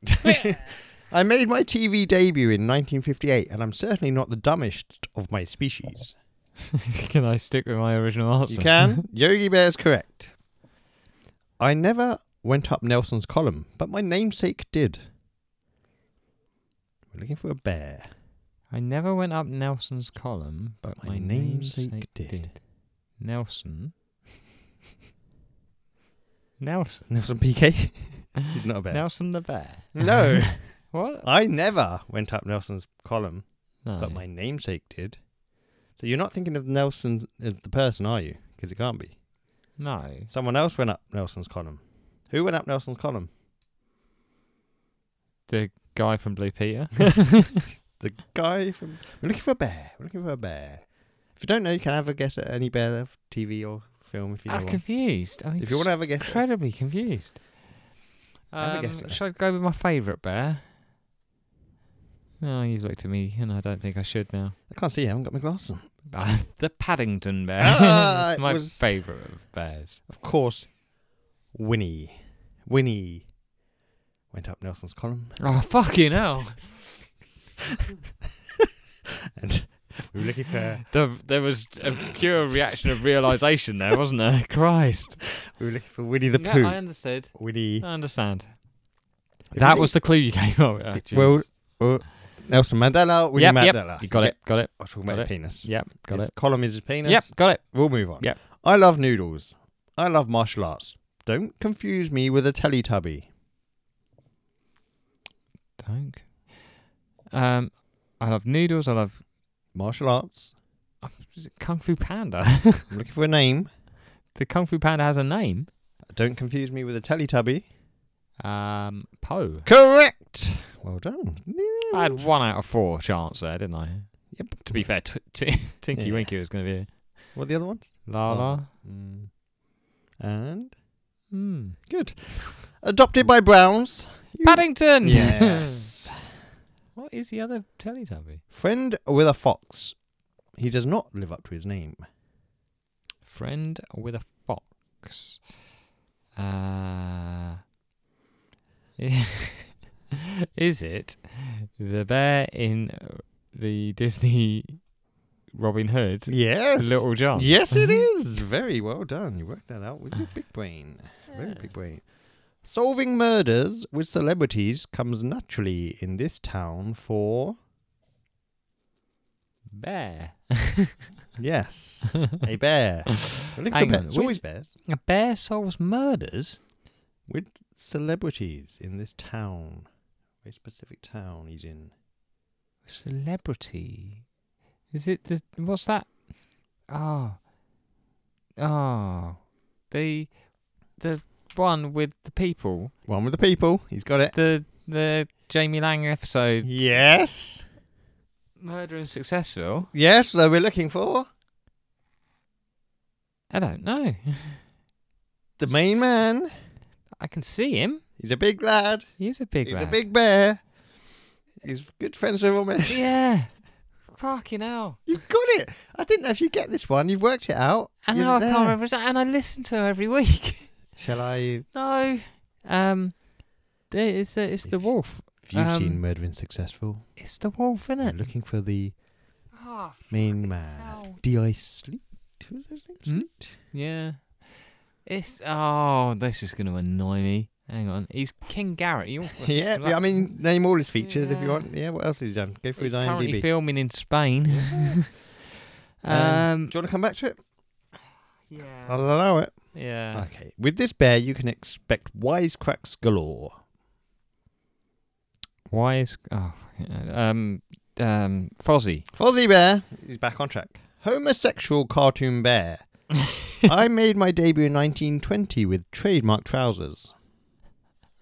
[SPEAKER 1] I made my TV debut in 1958, and I'm certainly not the dumbest of my species.
[SPEAKER 2] Can I stick with my original answer?
[SPEAKER 1] You can. Yogi Bear's correct. I never went up Nelson's column, but my namesake did. We're looking for a bear.
[SPEAKER 2] I never went up Nelson's column, but my,
[SPEAKER 1] My namesake did.
[SPEAKER 2] Nelson. Nelson.
[SPEAKER 1] Nelson PK. He's not a bear.
[SPEAKER 2] Nelson the bear.
[SPEAKER 1] no,
[SPEAKER 2] What?
[SPEAKER 1] I never went up Nelson's column,
[SPEAKER 2] No.
[SPEAKER 1] but my namesake did. So you're not thinking of Nelson as the person, are you? Because it can't be.
[SPEAKER 2] no.
[SPEAKER 1] Someone else went up Nelson's column. Who went up Nelson's column?
[SPEAKER 2] The guy from Blue Peter.
[SPEAKER 1] The guy from. We're looking for a bear. We're looking for a bear. If you don't know, you can have a guess at any bear, of TV or film, if you know
[SPEAKER 2] I'm
[SPEAKER 1] one.
[SPEAKER 2] confused. I'm
[SPEAKER 1] If you want to have a guess, at-
[SPEAKER 2] incredibly confused.
[SPEAKER 1] Have a
[SPEAKER 2] Um,
[SPEAKER 1] guess at that.
[SPEAKER 2] should I go with my favourite bear? No, you've looked at me, and I don't think I should now.
[SPEAKER 1] I can't see. I haven't got my glasses on.
[SPEAKER 2] Uh, the Paddington Bear.
[SPEAKER 1] Ah, it
[SPEAKER 2] my
[SPEAKER 1] was-
[SPEAKER 2] favourite of bears.
[SPEAKER 1] Of course, Winnie. Winnie went up Nelson's column,
[SPEAKER 2] Oh, fucking hell.
[SPEAKER 1] and we were looking for
[SPEAKER 2] There, there was a pure reaction of realisation there, wasn't there? Christ.
[SPEAKER 1] we were looking for Winnie the
[SPEAKER 2] Yeah,
[SPEAKER 1] Pooh.
[SPEAKER 2] I understood.
[SPEAKER 1] Winnie.
[SPEAKER 2] I understand.
[SPEAKER 1] If
[SPEAKER 2] that
[SPEAKER 1] Winnie-
[SPEAKER 2] was the clue you gave. Oh, yeah,
[SPEAKER 1] It- well,
[SPEAKER 2] Jesus.
[SPEAKER 1] uh, Nelson Mandela. Winnie
[SPEAKER 2] yep, yep.
[SPEAKER 1] Mandela.
[SPEAKER 2] You got it. Got it.
[SPEAKER 1] I was talking
[SPEAKER 2] Got
[SPEAKER 1] about
[SPEAKER 2] it.
[SPEAKER 1] his penis.
[SPEAKER 2] Yep. Got
[SPEAKER 1] His
[SPEAKER 2] it.
[SPEAKER 1] Column is his penis.
[SPEAKER 2] Yep. Got it.
[SPEAKER 1] We'll move on.
[SPEAKER 2] Yep.
[SPEAKER 1] I love noodles. I love martial arts. Don't confuse me with a Teletubby.
[SPEAKER 2] Don't. Um, I love noodles. I love
[SPEAKER 1] Martial arts.
[SPEAKER 2] is it Kung Fu Panda.
[SPEAKER 1] I'm looking for a name.
[SPEAKER 2] the Kung Fu Panda has a name.
[SPEAKER 1] Don't confuse me with a Teletubby.
[SPEAKER 2] Um, Poe.
[SPEAKER 1] Correct. Well done.
[SPEAKER 2] I had one out of four chance there, didn't I?
[SPEAKER 1] Yep.
[SPEAKER 2] To be fair, t- t- Tinky
[SPEAKER 1] Yeah.
[SPEAKER 2] Winky was going to be it.
[SPEAKER 1] What are the other ones?
[SPEAKER 2] La La.
[SPEAKER 1] Mm. And
[SPEAKER 2] Hmm.
[SPEAKER 1] good. Adopted by Browns. You-
[SPEAKER 2] Paddington.
[SPEAKER 1] Yes.
[SPEAKER 2] what is the other Teletubby?
[SPEAKER 1] Friend with a fox. He does not live up to his name.
[SPEAKER 2] Friend with a fox. Uh, is it the bear in uh, the Disney Robin Hood?
[SPEAKER 1] Yes.
[SPEAKER 2] Little John. Mm-hmm.
[SPEAKER 1] Yes, it is. Very well done. You worked that out with your big brain. Very big brain. Solving murders with celebrities comes naturally in this town for
[SPEAKER 2] Bear.
[SPEAKER 1] yes, a bear. We're looking for
[SPEAKER 2] Hang on,
[SPEAKER 1] bears. It's always
[SPEAKER 2] which-
[SPEAKER 1] bears
[SPEAKER 2] A bear solves murders.
[SPEAKER 1] with celebrities in this town. Very specific town he's in.
[SPEAKER 2] Celebrity. Is it the what's that? Oh. Oh. The the one with the people.
[SPEAKER 1] One with the people. He's got it.
[SPEAKER 2] The the Jamie Lang episode
[SPEAKER 1] Yes.
[SPEAKER 2] Murder and Successful.
[SPEAKER 1] Yes, that we're looking for.
[SPEAKER 2] I don't know.
[SPEAKER 1] The main man.
[SPEAKER 2] I can see him.
[SPEAKER 1] He's a big lad.
[SPEAKER 2] He is a big
[SPEAKER 1] he's
[SPEAKER 2] lad.
[SPEAKER 1] a big bear. He's good friends with all men.
[SPEAKER 2] Yeah. Fucking hell.
[SPEAKER 1] You've got it. I didn't know if you get this one. You've worked it out.
[SPEAKER 2] I
[SPEAKER 1] You're
[SPEAKER 2] know I can't
[SPEAKER 1] there.
[SPEAKER 2] remember his- and I listen to her every week.
[SPEAKER 1] Shall I?
[SPEAKER 2] no. Um there- it's the, it's the
[SPEAKER 1] If-
[SPEAKER 2] wolf.
[SPEAKER 1] If you've
[SPEAKER 2] Um,
[SPEAKER 1] seen Murdering Successful,
[SPEAKER 2] It's the wolf, isn't
[SPEAKER 1] we're
[SPEAKER 2] it?
[SPEAKER 1] looking for the
[SPEAKER 2] Ah,
[SPEAKER 1] main man.
[SPEAKER 2] hell.
[SPEAKER 1] D.I. Sleet. Who's his name?
[SPEAKER 2] Hmm?
[SPEAKER 1] Sleet?
[SPEAKER 2] Yeah. It's oh, this is gonna annoy me. Hang on. He's King Garrett. He almost
[SPEAKER 1] Yeah,
[SPEAKER 2] slapped-
[SPEAKER 1] I mean, name all his features if you
[SPEAKER 2] Yeah.
[SPEAKER 1] want. Yeah, what else has he done? Go through
[SPEAKER 2] he's
[SPEAKER 1] his
[SPEAKER 2] currently
[SPEAKER 1] IMDb.
[SPEAKER 2] filming in Spain.
[SPEAKER 1] Um,
[SPEAKER 2] um,
[SPEAKER 1] Do you want to come back to
[SPEAKER 2] Mm.
[SPEAKER 1] it? I'll
[SPEAKER 2] yeah,
[SPEAKER 1] allow it.
[SPEAKER 2] yeah.
[SPEAKER 1] Okay. With this bear, you can expect wisecracks galore.
[SPEAKER 2] Why is oh, fucking hell. um um Fozzie?
[SPEAKER 1] Fozzie Bear is back on track. Homosexual cartoon bear. I made my debut in 1920 with trademark trousers.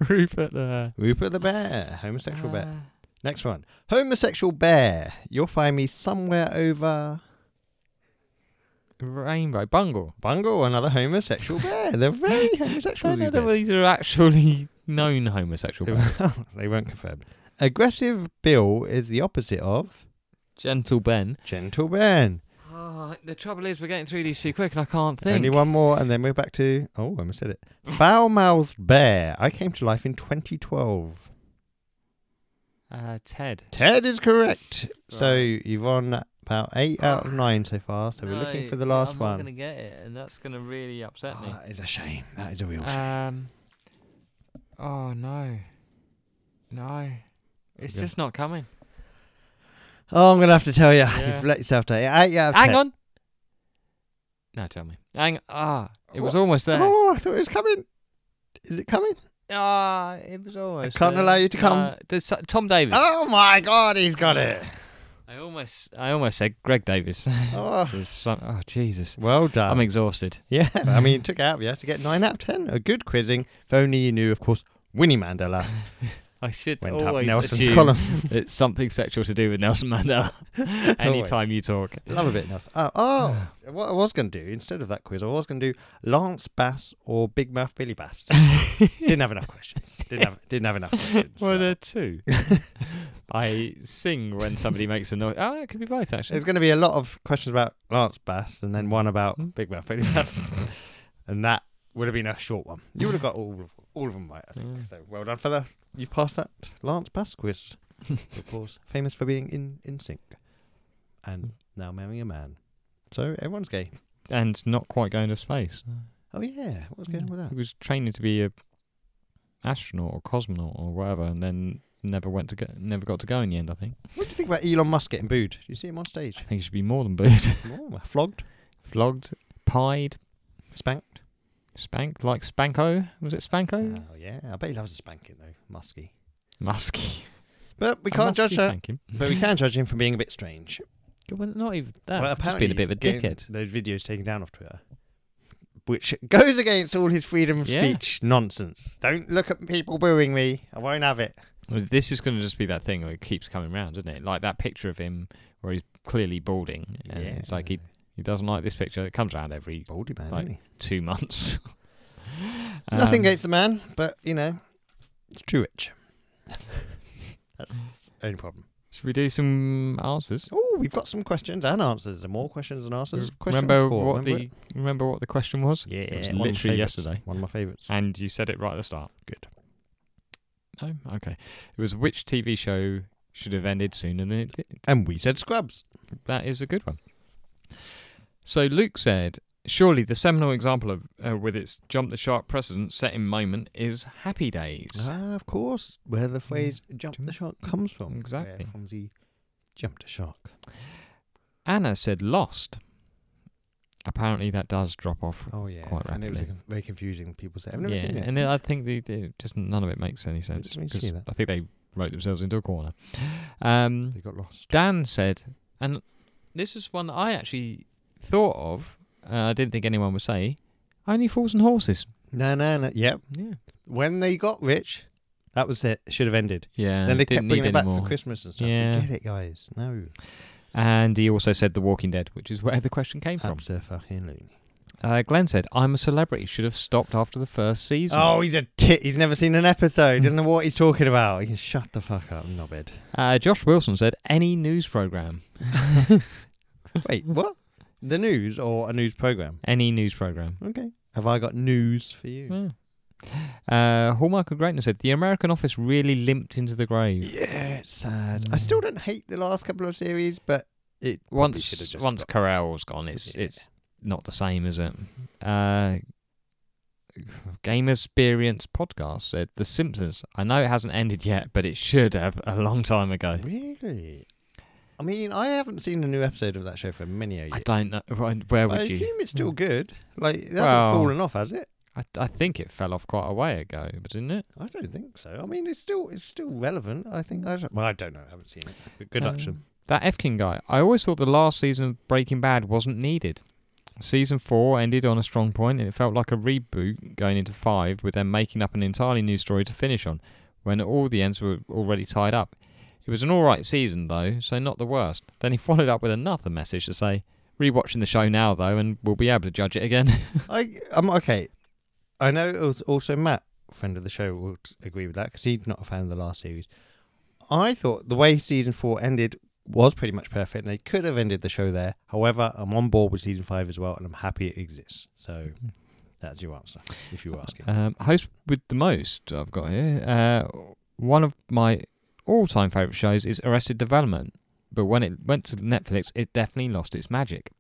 [SPEAKER 2] Rupert the
[SPEAKER 1] Rupert the Bear,
[SPEAKER 2] Ah.
[SPEAKER 1] homosexual bear.
[SPEAKER 2] Uh,
[SPEAKER 1] Next one. Homosexual bear. You'll find me somewhere over.
[SPEAKER 2] Rainbow Bungle.
[SPEAKER 1] Bungle, another homosexual bear. They're very
[SPEAKER 2] I
[SPEAKER 1] homosexual.
[SPEAKER 2] don't know
[SPEAKER 1] These
[SPEAKER 2] whether
[SPEAKER 1] bears.
[SPEAKER 2] these are actually known homosexual. bears.
[SPEAKER 1] they weren't confirmed. Aggressive Bill is the opposite of
[SPEAKER 2] Gentle Ben.
[SPEAKER 1] gentle Ben.
[SPEAKER 2] Oh, the trouble is, we're getting through these too quick, and I can't think.
[SPEAKER 1] Only one more, and then we're back to oh, I almost said it. Foul mouthed bear. I came to life in 2012.
[SPEAKER 2] Uh, Ted.
[SPEAKER 1] Ted is correct. So
[SPEAKER 2] Right.
[SPEAKER 1] you've won about eight out of nine so far. So we're looking for the last
[SPEAKER 2] I'm
[SPEAKER 1] one.
[SPEAKER 2] not going to get it, and that's going to really upset
[SPEAKER 1] Oh,
[SPEAKER 2] me.
[SPEAKER 1] that is a shame. That is a real shame.
[SPEAKER 2] Um. Oh no, no, it's
[SPEAKER 1] Okay.
[SPEAKER 2] just not coming.
[SPEAKER 1] Oh, I'm gonna have to tell you,
[SPEAKER 2] Yeah.
[SPEAKER 1] you've let yourself down. Eight out of
[SPEAKER 2] Hang
[SPEAKER 1] ten.
[SPEAKER 2] on. No, tell me. Hang. Ah, it was
[SPEAKER 1] What?
[SPEAKER 2] almost there.
[SPEAKER 1] Oh, I thought it was coming. Is it coming?
[SPEAKER 2] Ah, it was almost.
[SPEAKER 1] can't
[SPEAKER 2] there.
[SPEAKER 1] allow you to come.
[SPEAKER 2] Uh, there's so- Tom Davis.
[SPEAKER 1] Oh my God, he's got it.
[SPEAKER 2] I almost, I almost said Greg Davis.
[SPEAKER 1] Oh,
[SPEAKER 2] There's some, oh Jesus,
[SPEAKER 1] well done.
[SPEAKER 2] I'm exhausted.
[SPEAKER 1] yeah, I mean, it took out you to get nine out of ten. A good quizzing. If only you knew, of course, Winnie Mandela
[SPEAKER 2] I should
[SPEAKER 1] went up
[SPEAKER 2] always
[SPEAKER 1] Nelson's
[SPEAKER 2] assume
[SPEAKER 1] column.
[SPEAKER 2] it's something sexual to do with Nelson Mandela. Anytime you talk.
[SPEAKER 1] Love a bit Nelson. Oh, oh what I was going to do instead of that quiz, I was going to do Lance Bass or Big Mouth Billy Bass. didn't have enough questions. Didn't have didn't have enough questions.
[SPEAKER 2] Well, there are two. I sing when somebody makes a noise. Oh, it could be both actually.
[SPEAKER 1] There's going to be a lot of questions about Lance Bass and then one about
[SPEAKER 2] Hmm.
[SPEAKER 1] Big Mouth Billy Bass. and that would have been a short one. You would have got all of, all of them right, I think.
[SPEAKER 2] Yeah.
[SPEAKER 1] So well done for that. You passed that Lance Bass quiz. of course, famous for being in, in sync
[SPEAKER 2] Hmm.
[SPEAKER 1] and now marrying a man. So everyone's gay.
[SPEAKER 2] and not quite going to space.
[SPEAKER 1] Oh, yeah. What's going on with that?
[SPEAKER 2] He was training to be a astronaut or cosmonaut or whatever, and then never went to go, never got to go in the end. I think.
[SPEAKER 1] What do you think about Elon Musk getting booed? Do you see him on
[SPEAKER 2] I
[SPEAKER 1] stage?
[SPEAKER 2] think he should be more than booed,
[SPEAKER 1] Oh, flogged,
[SPEAKER 2] flogged, pied,
[SPEAKER 1] spanked.
[SPEAKER 2] spanked like Spanko. Was it Spanko?
[SPEAKER 1] Oh, yeah. I bet he loves a spanking, though. Musky.
[SPEAKER 2] Musky.
[SPEAKER 1] But we
[SPEAKER 2] A
[SPEAKER 1] can't judge
[SPEAKER 2] musky
[SPEAKER 1] that.
[SPEAKER 2] spanking.
[SPEAKER 1] But we can judge him for being a bit strange.
[SPEAKER 2] Well, not even that. Oh, just being a bit of a
[SPEAKER 1] he's getting
[SPEAKER 2] dickhead.
[SPEAKER 1] Those videos taken down off Twitter, which goes against all his freedom of
[SPEAKER 2] Yeah.
[SPEAKER 1] speech nonsense. Don't look at people booing me. I won't have it.
[SPEAKER 2] Well, this is going to just be that thing where it keeps coming round, isn't it? Like that picture of him where he's clearly balding, and it's like he he doesn't like this picture. It comes around every
[SPEAKER 1] baldy man.
[SPEAKER 2] like,
[SPEAKER 1] isn't he?
[SPEAKER 2] two months.
[SPEAKER 1] Nothing
[SPEAKER 2] Um,
[SPEAKER 1] against the man, but you know, it's true itch. That's the only problem.
[SPEAKER 2] Should we do some answers?
[SPEAKER 1] Oh, we've got some questions and answers, and more questions and answers. Question
[SPEAKER 2] remember
[SPEAKER 1] score,
[SPEAKER 2] what
[SPEAKER 1] remember it?
[SPEAKER 2] the remember what the question was?
[SPEAKER 1] yeah,
[SPEAKER 2] it was
[SPEAKER 1] one of my
[SPEAKER 2] literally
[SPEAKER 1] favourites.
[SPEAKER 2] yesterday.
[SPEAKER 1] One of my favorites.
[SPEAKER 2] And you said it right at the start. Good. No, okay. It was which TV show should have ended sooner than it did.
[SPEAKER 1] And we said Scrubs.
[SPEAKER 2] That is a good one. So Luke said, "Surely the seminal example of uh, with its jump the shark precedent setting moment is Happy Days."
[SPEAKER 1] Ah, of course, where the phrase "jump the shark" comes from. where
[SPEAKER 2] Exactly.
[SPEAKER 1] from the "jumped a shark."
[SPEAKER 2] Anna said, "Lost." Apparently, that does drop off
[SPEAKER 1] Oh yeah,
[SPEAKER 2] Quite
[SPEAKER 1] and it was
[SPEAKER 2] rapidly.
[SPEAKER 1] con- very confusing. People say, "I've never
[SPEAKER 2] yeah,
[SPEAKER 1] seen it."
[SPEAKER 2] and then I think the, the just none of it makes any sense.
[SPEAKER 1] let me see
[SPEAKER 2] 'cause
[SPEAKER 1] that.
[SPEAKER 2] I think they wrote themselves into a corner. Um,
[SPEAKER 1] they got lost.
[SPEAKER 2] Dan said, and this is one that I actually thought of. Uh, I didn't think anyone would say. Only fools and horses.
[SPEAKER 1] No, no, no. Yep.
[SPEAKER 2] Yeah.
[SPEAKER 1] When they got rich, that was it. Should have ended.
[SPEAKER 2] Yeah.
[SPEAKER 1] then they kept
[SPEAKER 2] didn't
[SPEAKER 1] bringing
[SPEAKER 2] need
[SPEAKER 1] it back
[SPEAKER 2] any
[SPEAKER 1] for
[SPEAKER 2] more.
[SPEAKER 1] Christmas and stuff.
[SPEAKER 2] Yeah.
[SPEAKER 1] Forget it, guys. No.
[SPEAKER 2] And he also said The Walking Dead, which is where the question came from.
[SPEAKER 1] Absolutely.
[SPEAKER 2] Uh, Glenn said, "I'm a celebrity. Should have stopped after the first season."
[SPEAKER 1] Oh, he's a tit. He's never seen an episode. doesn't know what he's talking about. He can shut the fuck up, knobhead.
[SPEAKER 2] Uh, Josh Wilson said, "Any news program.
[SPEAKER 1] Wait, what? The news or a news program?
[SPEAKER 2] Any news program."
[SPEAKER 1] Okay. Have I got news for you?
[SPEAKER 2] Yeah. Uh, Hallmark of Greatness said the American Office really limped into the grave.
[SPEAKER 1] Yeah, it's sad.
[SPEAKER 2] Mm.
[SPEAKER 1] I still don't hate the last couple of series, but it probably should have
[SPEAKER 2] Once
[SPEAKER 1] just
[SPEAKER 2] once
[SPEAKER 1] got-
[SPEAKER 2] Carell's gone, it's
[SPEAKER 1] Yeah.
[SPEAKER 2] it's not the same, is it? Uh, Game Experience podcast said The Simpsons. I know it hasn't ended yet, but it should have a long time ago.
[SPEAKER 1] Really? I mean, I haven't seen a new episode of that show for many a year.
[SPEAKER 2] I don't know where- where
[SPEAKER 1] But I
[SPEAKER 2] would you? Hmm.
[SPEAKER 1] assume it's still good. Like, it hasn't
[SPEAKER 2] Well-
[SPEAKER 1] fallen off, has it?
[SPEAKER 2] I, I think it fell off quite a way ago, but didn't it?
[SPEAKER 1] I don't think so. I mean, it's still it's still relevant. I think. I don't, well, I don't know. I haven't seen it. But good luck to them.
[SPEAKER 2] Um, that Efkin guy. I always thought the last season of Breaking Bad wasn't needed. Season four ended on a strong point, and it felt like a reboot going into five, with them making up an entirely new story to finish on, when all the ends were already tied up. It was an all right season though, so not the worst. Then he followed up with another message to say, Rewatching the show now though, and we'll be able to judge it again.
[SPEAKER 1] I um okay. I know it was also Matt, friend of the show, will t- agree with that because he's not a fan of the last series. I thought the way season four ended was pretty much perfect, and they could have ended the show there. However, I'm on board with season five as well, and I'm happy it exists. So that's your answer, if you were asking.
[SPEAKER 2] Um, host with the most I've got here. Uh, one of my all-time favorite shows is Arrested Development, but when it went to Netflix, it definitely lost its magic.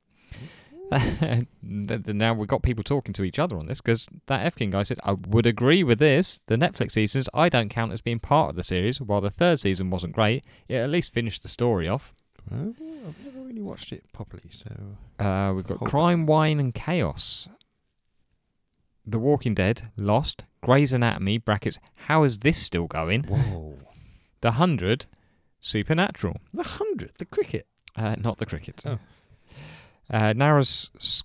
[SPEAKER 2] Th- now we've got people talking to each other on this because that Efkin guy said, I would agree with this. The Netflix seasons I don't count as being part of the series. While the third season wasn't great, it at least finished the story off.
[SPEAKER 1] Oh, I've never really watched it properly, so
[SPEAKER 2] Uh, we've got
[SPEAKER 1] Hold on.
[SPEAKER 2] Crime, Wine, and Chaos. The Walking Dead, Lost, Grey's Anatomy (brackets How is this still going?
[SPEAKER 1] whoa,
[SPEAKER 2] The Hundred, Supernatural,
[SPEAKER 1] the hundred, the cricket.
[SPEAKER 2] uh, not the cricket.
[SPEAKER 1] Oh.
[SPEAKER 2] Uh, Nara's S-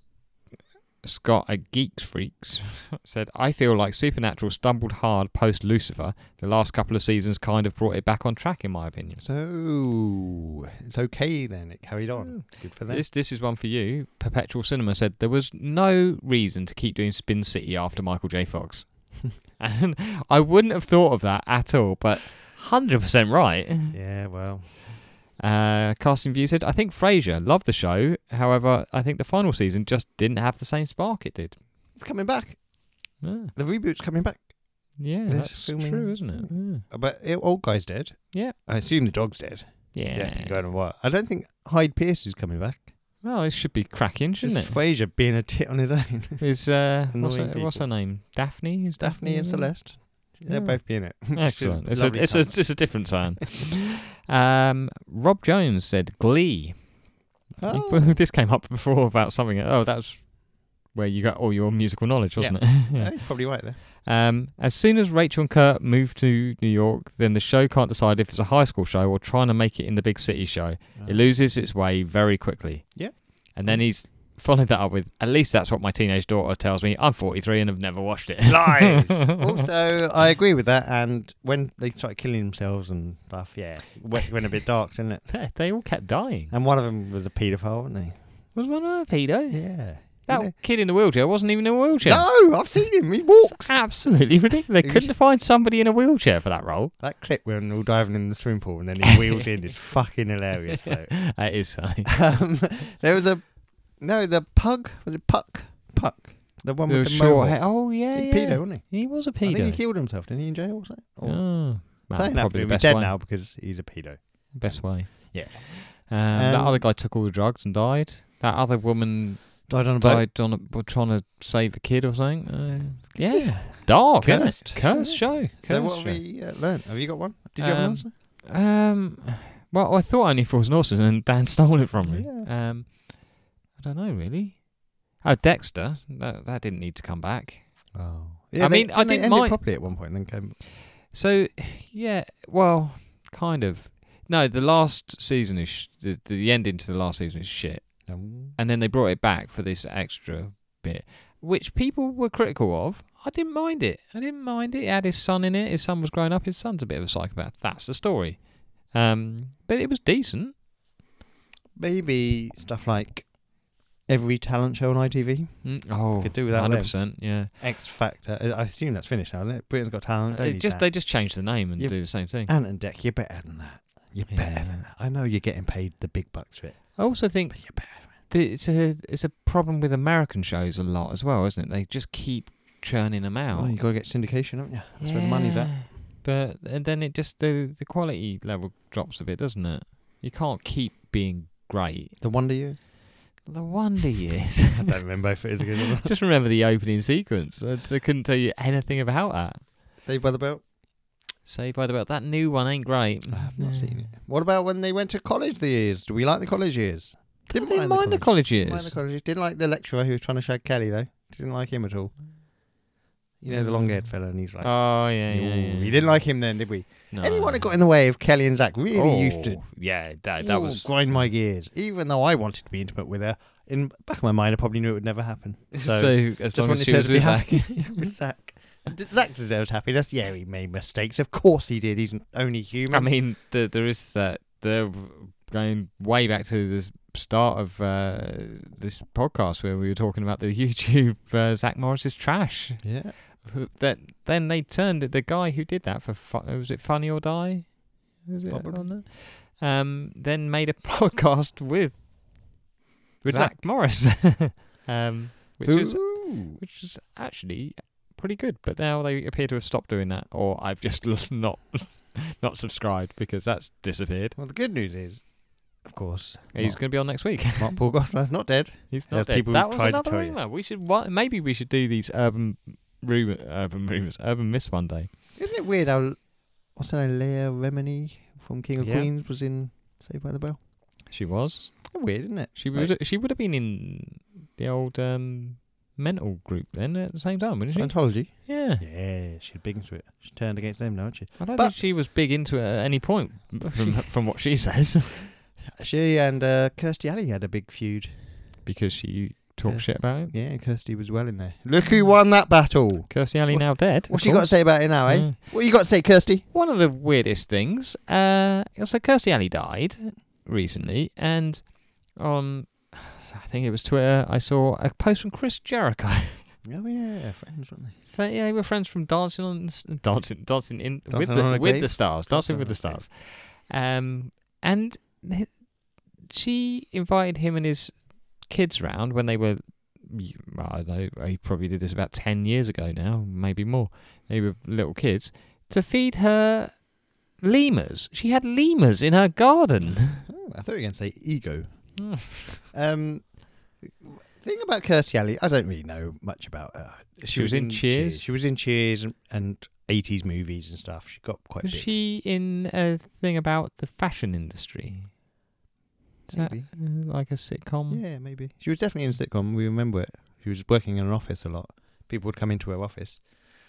[SPEAKER 2] Scott at Geeks Freaks said, "I feel like Supernatural stumbled hard post Lucifer. The last couple of seasons kind of brought it back on track, in my opinion."
[SPEAKER 1] So it's okay then. It carried
[SPEAKER 2] Mm.
[SPEAKER 1] on. Good for them.
[SPEAKER 2] This this is one for you. Perpetual Cinema said there was no reason to keep doing Spin City after Michael J. Fox, and I wouldn't have thought of that at all. But hundred percent right.
[SPEAKER 1] yeah, well,
[SPEAKER 2] Uh, casting view said I think Frasier loved the show. However, I think the final season just didn't have the same spark it did.
[SPEAKER 1] it's coming back.
[SPEAKER 2] Ah,
[SPEAKER 1] The reboot's coming back.
[SPEAKER 2] yeah,
[SPEAKER 1] They're
[SPEAKER 2] that's
[SPEAKER 1] filming-
[SPEAKER 2] true, isn't it?
[SPEAKER 1] But the old guy's dead.
[SPEAKER 2] Yeah.
[SPEAKER 1] I assume the dog's dead.
[SPEAKER 2] Yeah.
[SPEAKER 1] it's
[SPEAKER 2] yeah.
[SPEAKER 1] been going on a while. I don't think Hyde Pierce is coming back.
[SPEAKER 2] Well, it should be cracking, shouldn't
[SPEAKER 1] Just
[SPEAKER 2] it?
[SPEAKER 1] Frasier being a tit on his own.
[SPEAKER 2] Is uh, what's
[SPEAKER 1] Annoying
[SPEAKER 2] her, what's her name? Daphne is
[SPEAKER 1] Daphne and
[SPEAKER 2] in it?
[SPEAKER 1] Celeste. They're
[SPEAKER 2] Yeah.
[SPEAKER 1] both being it. She's
[SPEAKER 2] Excellent. It's a,
[SPEAKER 1] lovely
[SPEAKER 2] it's, a,
[SPEAKER 1] cunt.
[SPEAKER 2] it's a different sign. um, Rob Jones said Glee.
[SPEAKER 1] Oh,
[SPEAKER 2] This came up before about something. Oh, that's where you got all your musical knowledge, wasn't
[SPEAKER 1] yeah,
[SPEAKER 2] it?
[SPEAKER 1] he's probably right there.
[SPEAKER 2] yeah. um, as soon as Rachel and Kurt move to New York, then the show can't decide if it's a high school show or trying to make it in the big city show. It loses its way very quickly.
[SPEAKER 1] Ah. Yeah.
[SPEAKER 2] And then he's followed that up with, at least that's what my teenage daughter tells me. I'm 43 and have never watched it.
[SPEAKER 1] Lies. also, I agree with that. And when they started killing themselves and stuff, yeah, it went, went a bit dark, didn't it?
[SPEAKER 2] they all kept dying.
[SPEAKER 1] And one of them was a paedophile, wasn't
[SPEAKER 2] Was one of them a pedo?
[SPEAKER 1] he? Yeah.
[SPEAKER 2] That
[SPEAKER 1] You know-
[SPEAKER 2] kid in the wheelchair wasn't even in a wheelchair.
[SPEAKER 1] No, I've seen him. He
[SPEAKER 2] It's
[SPEAKER 1] walks.
[SPEAKER 2] absolutely ridiculous. They
[SPEAKER 1] Who's-
[SPEAKER 2] couldn't find somebody in a wheelchair for that role.
[SPEAKER 1] That clip when they're all diving in the swimming pool and then he wheels in is fucking hilarious, though.
[SPEAKER 2] That is funny.
[SPEAKER 1] Um, there was a no, the pug was it Puck? Puck, the one
[SPEAKER 2] The
[SPEAKER 1] with the
[SPEAKER 2] short
[SPEAKER 1] mohawk.
[SPEAKER 2] hair. Oh yeah,
[SPEAKER 1] He
[SPEAKER 2] yeah.
[SPEAKER 1] pedo, wasn't he?
[SPEAKER 2] He was a
[SPEAKER 1] I think he
[SPEAKER 2] pedo.
[SPEAKER 1] killed himself, didn't he? In jail or something?
[SPEAKER 2] Oh,
[SPEAKER 1] Or-
[SPEAKER 2] man,
[SPEAKER 1] something
[SPEAKER 2] probably the
[SPEAKER 1] happened to him. He's
[SPEAKER 2] best
[SPEAKER 1] dead
[SPEAKER 2] way.
[SPEAKER 1] now because he's a pedo.
[SPEAKER 2] Best way.
[SPEAKER 1] Yeah.
[SPEAKER 2] Um, that
[SPEAKER 1] Um,
[SPEAKER 2] other guy took all the drugs and died. That other woman
[SPEAKER 1] Died on a boat.
[SPEAKER 2] died on a, w- trying to save a kid or something. Uh, yeah, dark, isn't it?
[SPEAKER 1] Cursed.
[SPEAKER 2] Cursed show. Cursed
[SPEAKER 1] So what have
[SPEAKER 2] show.
[SPEAKER 1] we uh, learned? Have you got one? Did you have an
[SPEAKER 2] Um,
[SPEAKER 1] answer?
[SPEAKER 2] Um, well, I thought I knew Frozen Horses, and Dan stole it from me. Um, I don't know really. Oh, Dexter, that that didn't need to come back.
[SPEAKER 1] Oh,
[SPEAKER 2] I mean, I
[SPEAKER 1] they end
[SPEAKER 2] didn't
[SPEAKER 1] it
[SPEAKER 2] mind-
[SPEAKER 1] properly at one point, and then came.
[SPEAKER 2] So, yeah, well, kind of. No, the last season is sh- the the ending to the last season is shit,
[SPEAKER 1] Um,
[SPEAKER 2] and then they brought it back for this extra bit, which people were critical of. I didn't mind it. I didn't mind it. It had his son in it. His son was growing up. His son's a bit of a psychopath. That's the story. Um, but it was decent.
[SPEAKER 1] maybe stuff like every talent show on ITV,
[SPEAKER 2] Mm, oh,
[SPEAKER 1] Could do without them.
[SPEAKER 2] 100%. Yeah.
[SPEAKER 1] X Factor. I- I assume that's finished now, isn't it? Britain's Got Talent.
[SPEAKER 2] Uh,
[SPEAKER 1] don't
[SPEAKER 2] it
[SPEAKER 1] need
[SPEAKER 2] just
[SPEAKER 1] that.
[SPEAKER 2] they just change the name and
[SPEAKER 1] Yep.
[SPEAKER 2] do the same thing.
[SPEAKER 1] Ant and Deck, you're better than that. You're better
[SPEAKER 2] Yeah.
[SPEAKER 1] than that. I know you're getting paid the big bucks for it,
[SPEAKER 2] I also think
[SPEAKER 1] but you're better.
[SPEAKER 2] that it's a it's a problem with American shows a lot as well, isn't it? They just keep churning them out.
[SPEAKER 1] Well, you got to get syndication, haven't you? That's where the money's at.
[SPEAKER 2] Yeah. But and then it just the the quality level drops a bit, doesn't it? You can't keep being great.
[SPEAKER 1] The Wonder Years.
[SPEAKER 2] The wonder years.
[SPEAKER 1] I don't remember if it is a good one.
[SPEAKER 2] just remember the opening sequence. I, I couldn't tell you anything about that.
[SPEAKER 1] Saved by the Bell.
[SPEAKER 2] Saved by the Bell. That new one ain't great.
[SPEAKER 1] I've not
[SPEAKER 2] Yeah.
[SPEAKER 1] seen it. What about when they went to college? The years. Do we like the college years?
[SPEAKER 2] I didn't mind the college
[SPEAKER 1] Didn't mind
[SPEAKER 2] years.
[SPEAKER 1] the college years. Didn't like the lecturer who was trying to shag Kelly though. Didn't like him at all. You know the long haired fella, and he's like,
[SPEAKER 2] oh yeah, yeah,
[SPEAKER 1] "Ooh,
[SPEAKER 2] yeah.
[SPEAKER 1] we didn't like him then, did we?
[SPEAKER 2] No.
[SPEAKER 1] Anyone that got in the way of Kelly and Zach really used to
[SPEAKER 2] Um, Oh, Yeah, that, that
[SPEAKER 1] Ooh,
[SPEAKER 2] was
[SPEAKER 1] grind my gears. Even though I wanted to be intimate with her, in back of my mind, I probably knew it would never happen.
[SPEAKER 2] So,
[SPEAKER 1] So,
[SPEAKER 2] as
[SPEAKER 1] just
[SPEAKER 2] long as
[SPEAKER 1] wanted
[SPEAKER 2] she
[SPEAKER 1] her
[SPEAKER 2] was
[SPEAKER 1] to be
[SPEAKER 2] with Zach,
[SPEAKER 1] happy. with Zach, D- Zach deserves happiness. Yeah, he made mistakes. Of course he did. He's only human.
[SPEAKER 2] I mean, the, there is that. They're going way back to this start of uh, this podcast where we were talking about the YouTube uh, Zach Morris's trash.
[SPEAKER 1] Yeah.
[SPEAKER 2] Who- That then they turned it. The guy who did that for fu- uh, was it Funny or Die? Was it
[SPEAKER 1] Probably.
[SPEAKER 2] on that? Um, then made a podcast with
[SPEAKER 1] With
[SPEAKER 2] Zach Morris, um, which is
[SPEAKER 1] Ooh.
[SPEAKER 2] which is actually pretty good. But now they appear to have stopped doing that, or I've just not not subscribed because that's disappeared.
[SPEAKER 1] Well, the good news is, of course,
[SPEAKER 2] He's going to be on next week.
[SPEAKER 1] Mark, Mark Paul Gosselaar's not dead.
[SPEAKER 2] He's
[SPEAKER 1] There's
[SPEAKER 2] not dead.
[SPEAKER 1] people who
[SPEAKER 2] That was
[SPEAKER 1] tried to
[SPEAKER 2] another
[SPEAKER 1] tell you.
[SPEAKER 2] rumor. We should wa- maybe we should do these urban rumor, urban rumors, urban myths one day.
[SPEAKER 1] Isn't it weird how what's her name, Leah Remini from King of
[SPEAKER 2] Yeah.
[SPEAKER 1] Queens was in Saved by the Bell?
[SPEAKER 2] She was.
[SPEAKER 1] Weird, isn't it?
[SPEAKER 2] She would. She would have been in the old um, mental group then at the same time, wouldn't she?
[SPEAKER 1] Scientology.
[SPEAKER 2] Yeah.
[SPEAKER 1] Yeah, she's big into it. She turned against them now, not she?
[SPEAKER 2] I don't
[SPEAKER 1] But-
[SPEAKER 2] think she was big into it at any point from from what she says,
[SPEAKER 1] She and uh, Kirsty Alley had a big feud.
[SPEAKER 2] because she talked
[SPEAKER 1] Yeah.
[SPEAKER 2] shit about it.
[SPEAKER 1] Yeah, Kirsty was well in there. Look who won that battle.
[SPEAKER 2] Kirstie Alley
[SPEAKER 1] What's-
[SPEAKER 2] now dead.
[SPEAKER 1] What's
[SPEAKER 2] of
[SPEAKER 1] she got to
[SPEAKER 2] course. Mm.
[SPEAKER 1] say about it now, eh?
[SPEAKER 2] Yeah.
[SPEAKER 1] What you got to say, Kirsty?
[SPEAKER 2] One of the weirdest things, uh, so Kirstie Alley died recently, and on I think it was Twitter, I saw a post from Chris Jericho.
[SPEAKER 1] Oh yeah, friends, weren't they?
[SPEAKER 2] so yeah, they were friends from Dancing on the S- Dancing Dancing in with
[SPEAKER 1] Dancing on
[SPEAKER 2] the
[SPEAKER 1] a
[SPEAKER 2] with
[SPEAKER 1] Grave?
[SPEAKER 2] the Stars,
[SPEAKER 1] Dancing
[SPEAKER 2] Dancing
[SPEAKER 1] on a
[SPEAKER 2] with the Stars, um, and th- she invited him and his kids round when they were. y- well, I don't know. He probably did this about ten years ago now, maybe more. They were little kids to feed her lemurs. She had lemurs in her garden.
[SPEAKER 1] Oh, I thought you were going to say ego.
[SPEAKER 2] Mm.
[SPEAKER 1] um, thing about Kirsty Alley, I don't really know much about her. She,
[SPEAKER 2] was in Cheers.
[SPEAKER 1] She was in Cheers and, and 80s movies and stuff. She got quite
[SPEAKER 2] Was
[SPEAKER 1] big.
[SPEAKER 2] she in a thing about the fashion industry? Is that
[SPEAKER 1] Maybe.
[SPEAKER 2] uh, like a sitcom?
[SPEAKER 1] Yeah, maybe. She was definitely in a sitcom. We remember it. She was working in an office a lot. People would come into her office.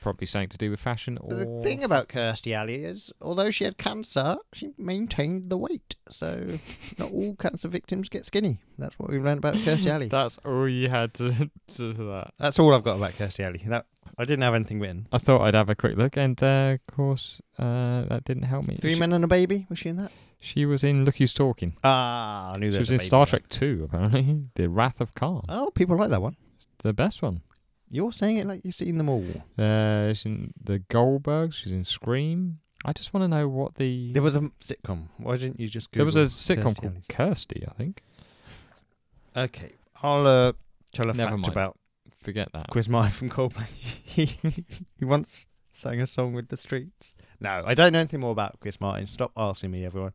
[SPEAKER 2] Probably something to do with fashion or
[SPEAKER 1] But the thing about Kirsty Alley is, although she had cancer, she maintained the weight. So not all cancer victims get skinny. That's what we've learned about Kirsty Alley.
[SPEAKER 2] That's all you had to to that.
[SPEAKER 1] That's all I've got about Kirsty Alley. That I didn't have anything written.
[SPEAKER 2] I thought I'd have a quick look, and uh, of course uh, that didn't help me.
[SPEAKER 1] Three
[SPEAKER 2] she,
[SPEAKER 1] men and a baby. Was she in that?
[SPEAKER 2] she was in Look Who's Talking.
[SPEAKER 1] Ah, I knew
[SPEAKER 2] She
[SPEAKER 1] there
[SPEAKER 2] was
[SPEAKER 1] a
[SPEAKER 2] in
[SPEAKER 1] baby
[SPEAKER 2] Star
[SPEAKER 1] there.
[SPEAKER 2] Trek 2, apparently. The Wrath of Khan.
[SPEAKER 1] Oh, people like that one.
[SPEAKER 2] It's the best one.
[SPEAKER 1] You're saying it like you've seen them all.
[SPEAKER 2] Uh, she's in The Goldbergs. She's in Scream. I just want to know what the.
[SPEAKER 1] There was a sitcom. Why didn't you just?
[SPEAKER 2] There
[SPEAKER 1] Google
[SPEAKER 2] was a sitcom
[SPEAKER 1] Kirsty
[SPEAKER 2] called
[SPEAKER 1] Alley's?
[SPEAKER 2] Kirsty, I think.
[SPEAKER 1] Okay, I'll uh, tell a
[SPEAKER 2] Never
[SPEAKER 1] fact
[SPEAKER 2] mind.
[SPEAKER 1] about
[SPEAKER 2] Forget that.
[SPEAKER 1] Chris Meyer from Coldplay. he he once sang a song with the streets. No, I don't know anything more about Chris Martin. Stop asking me, everyone,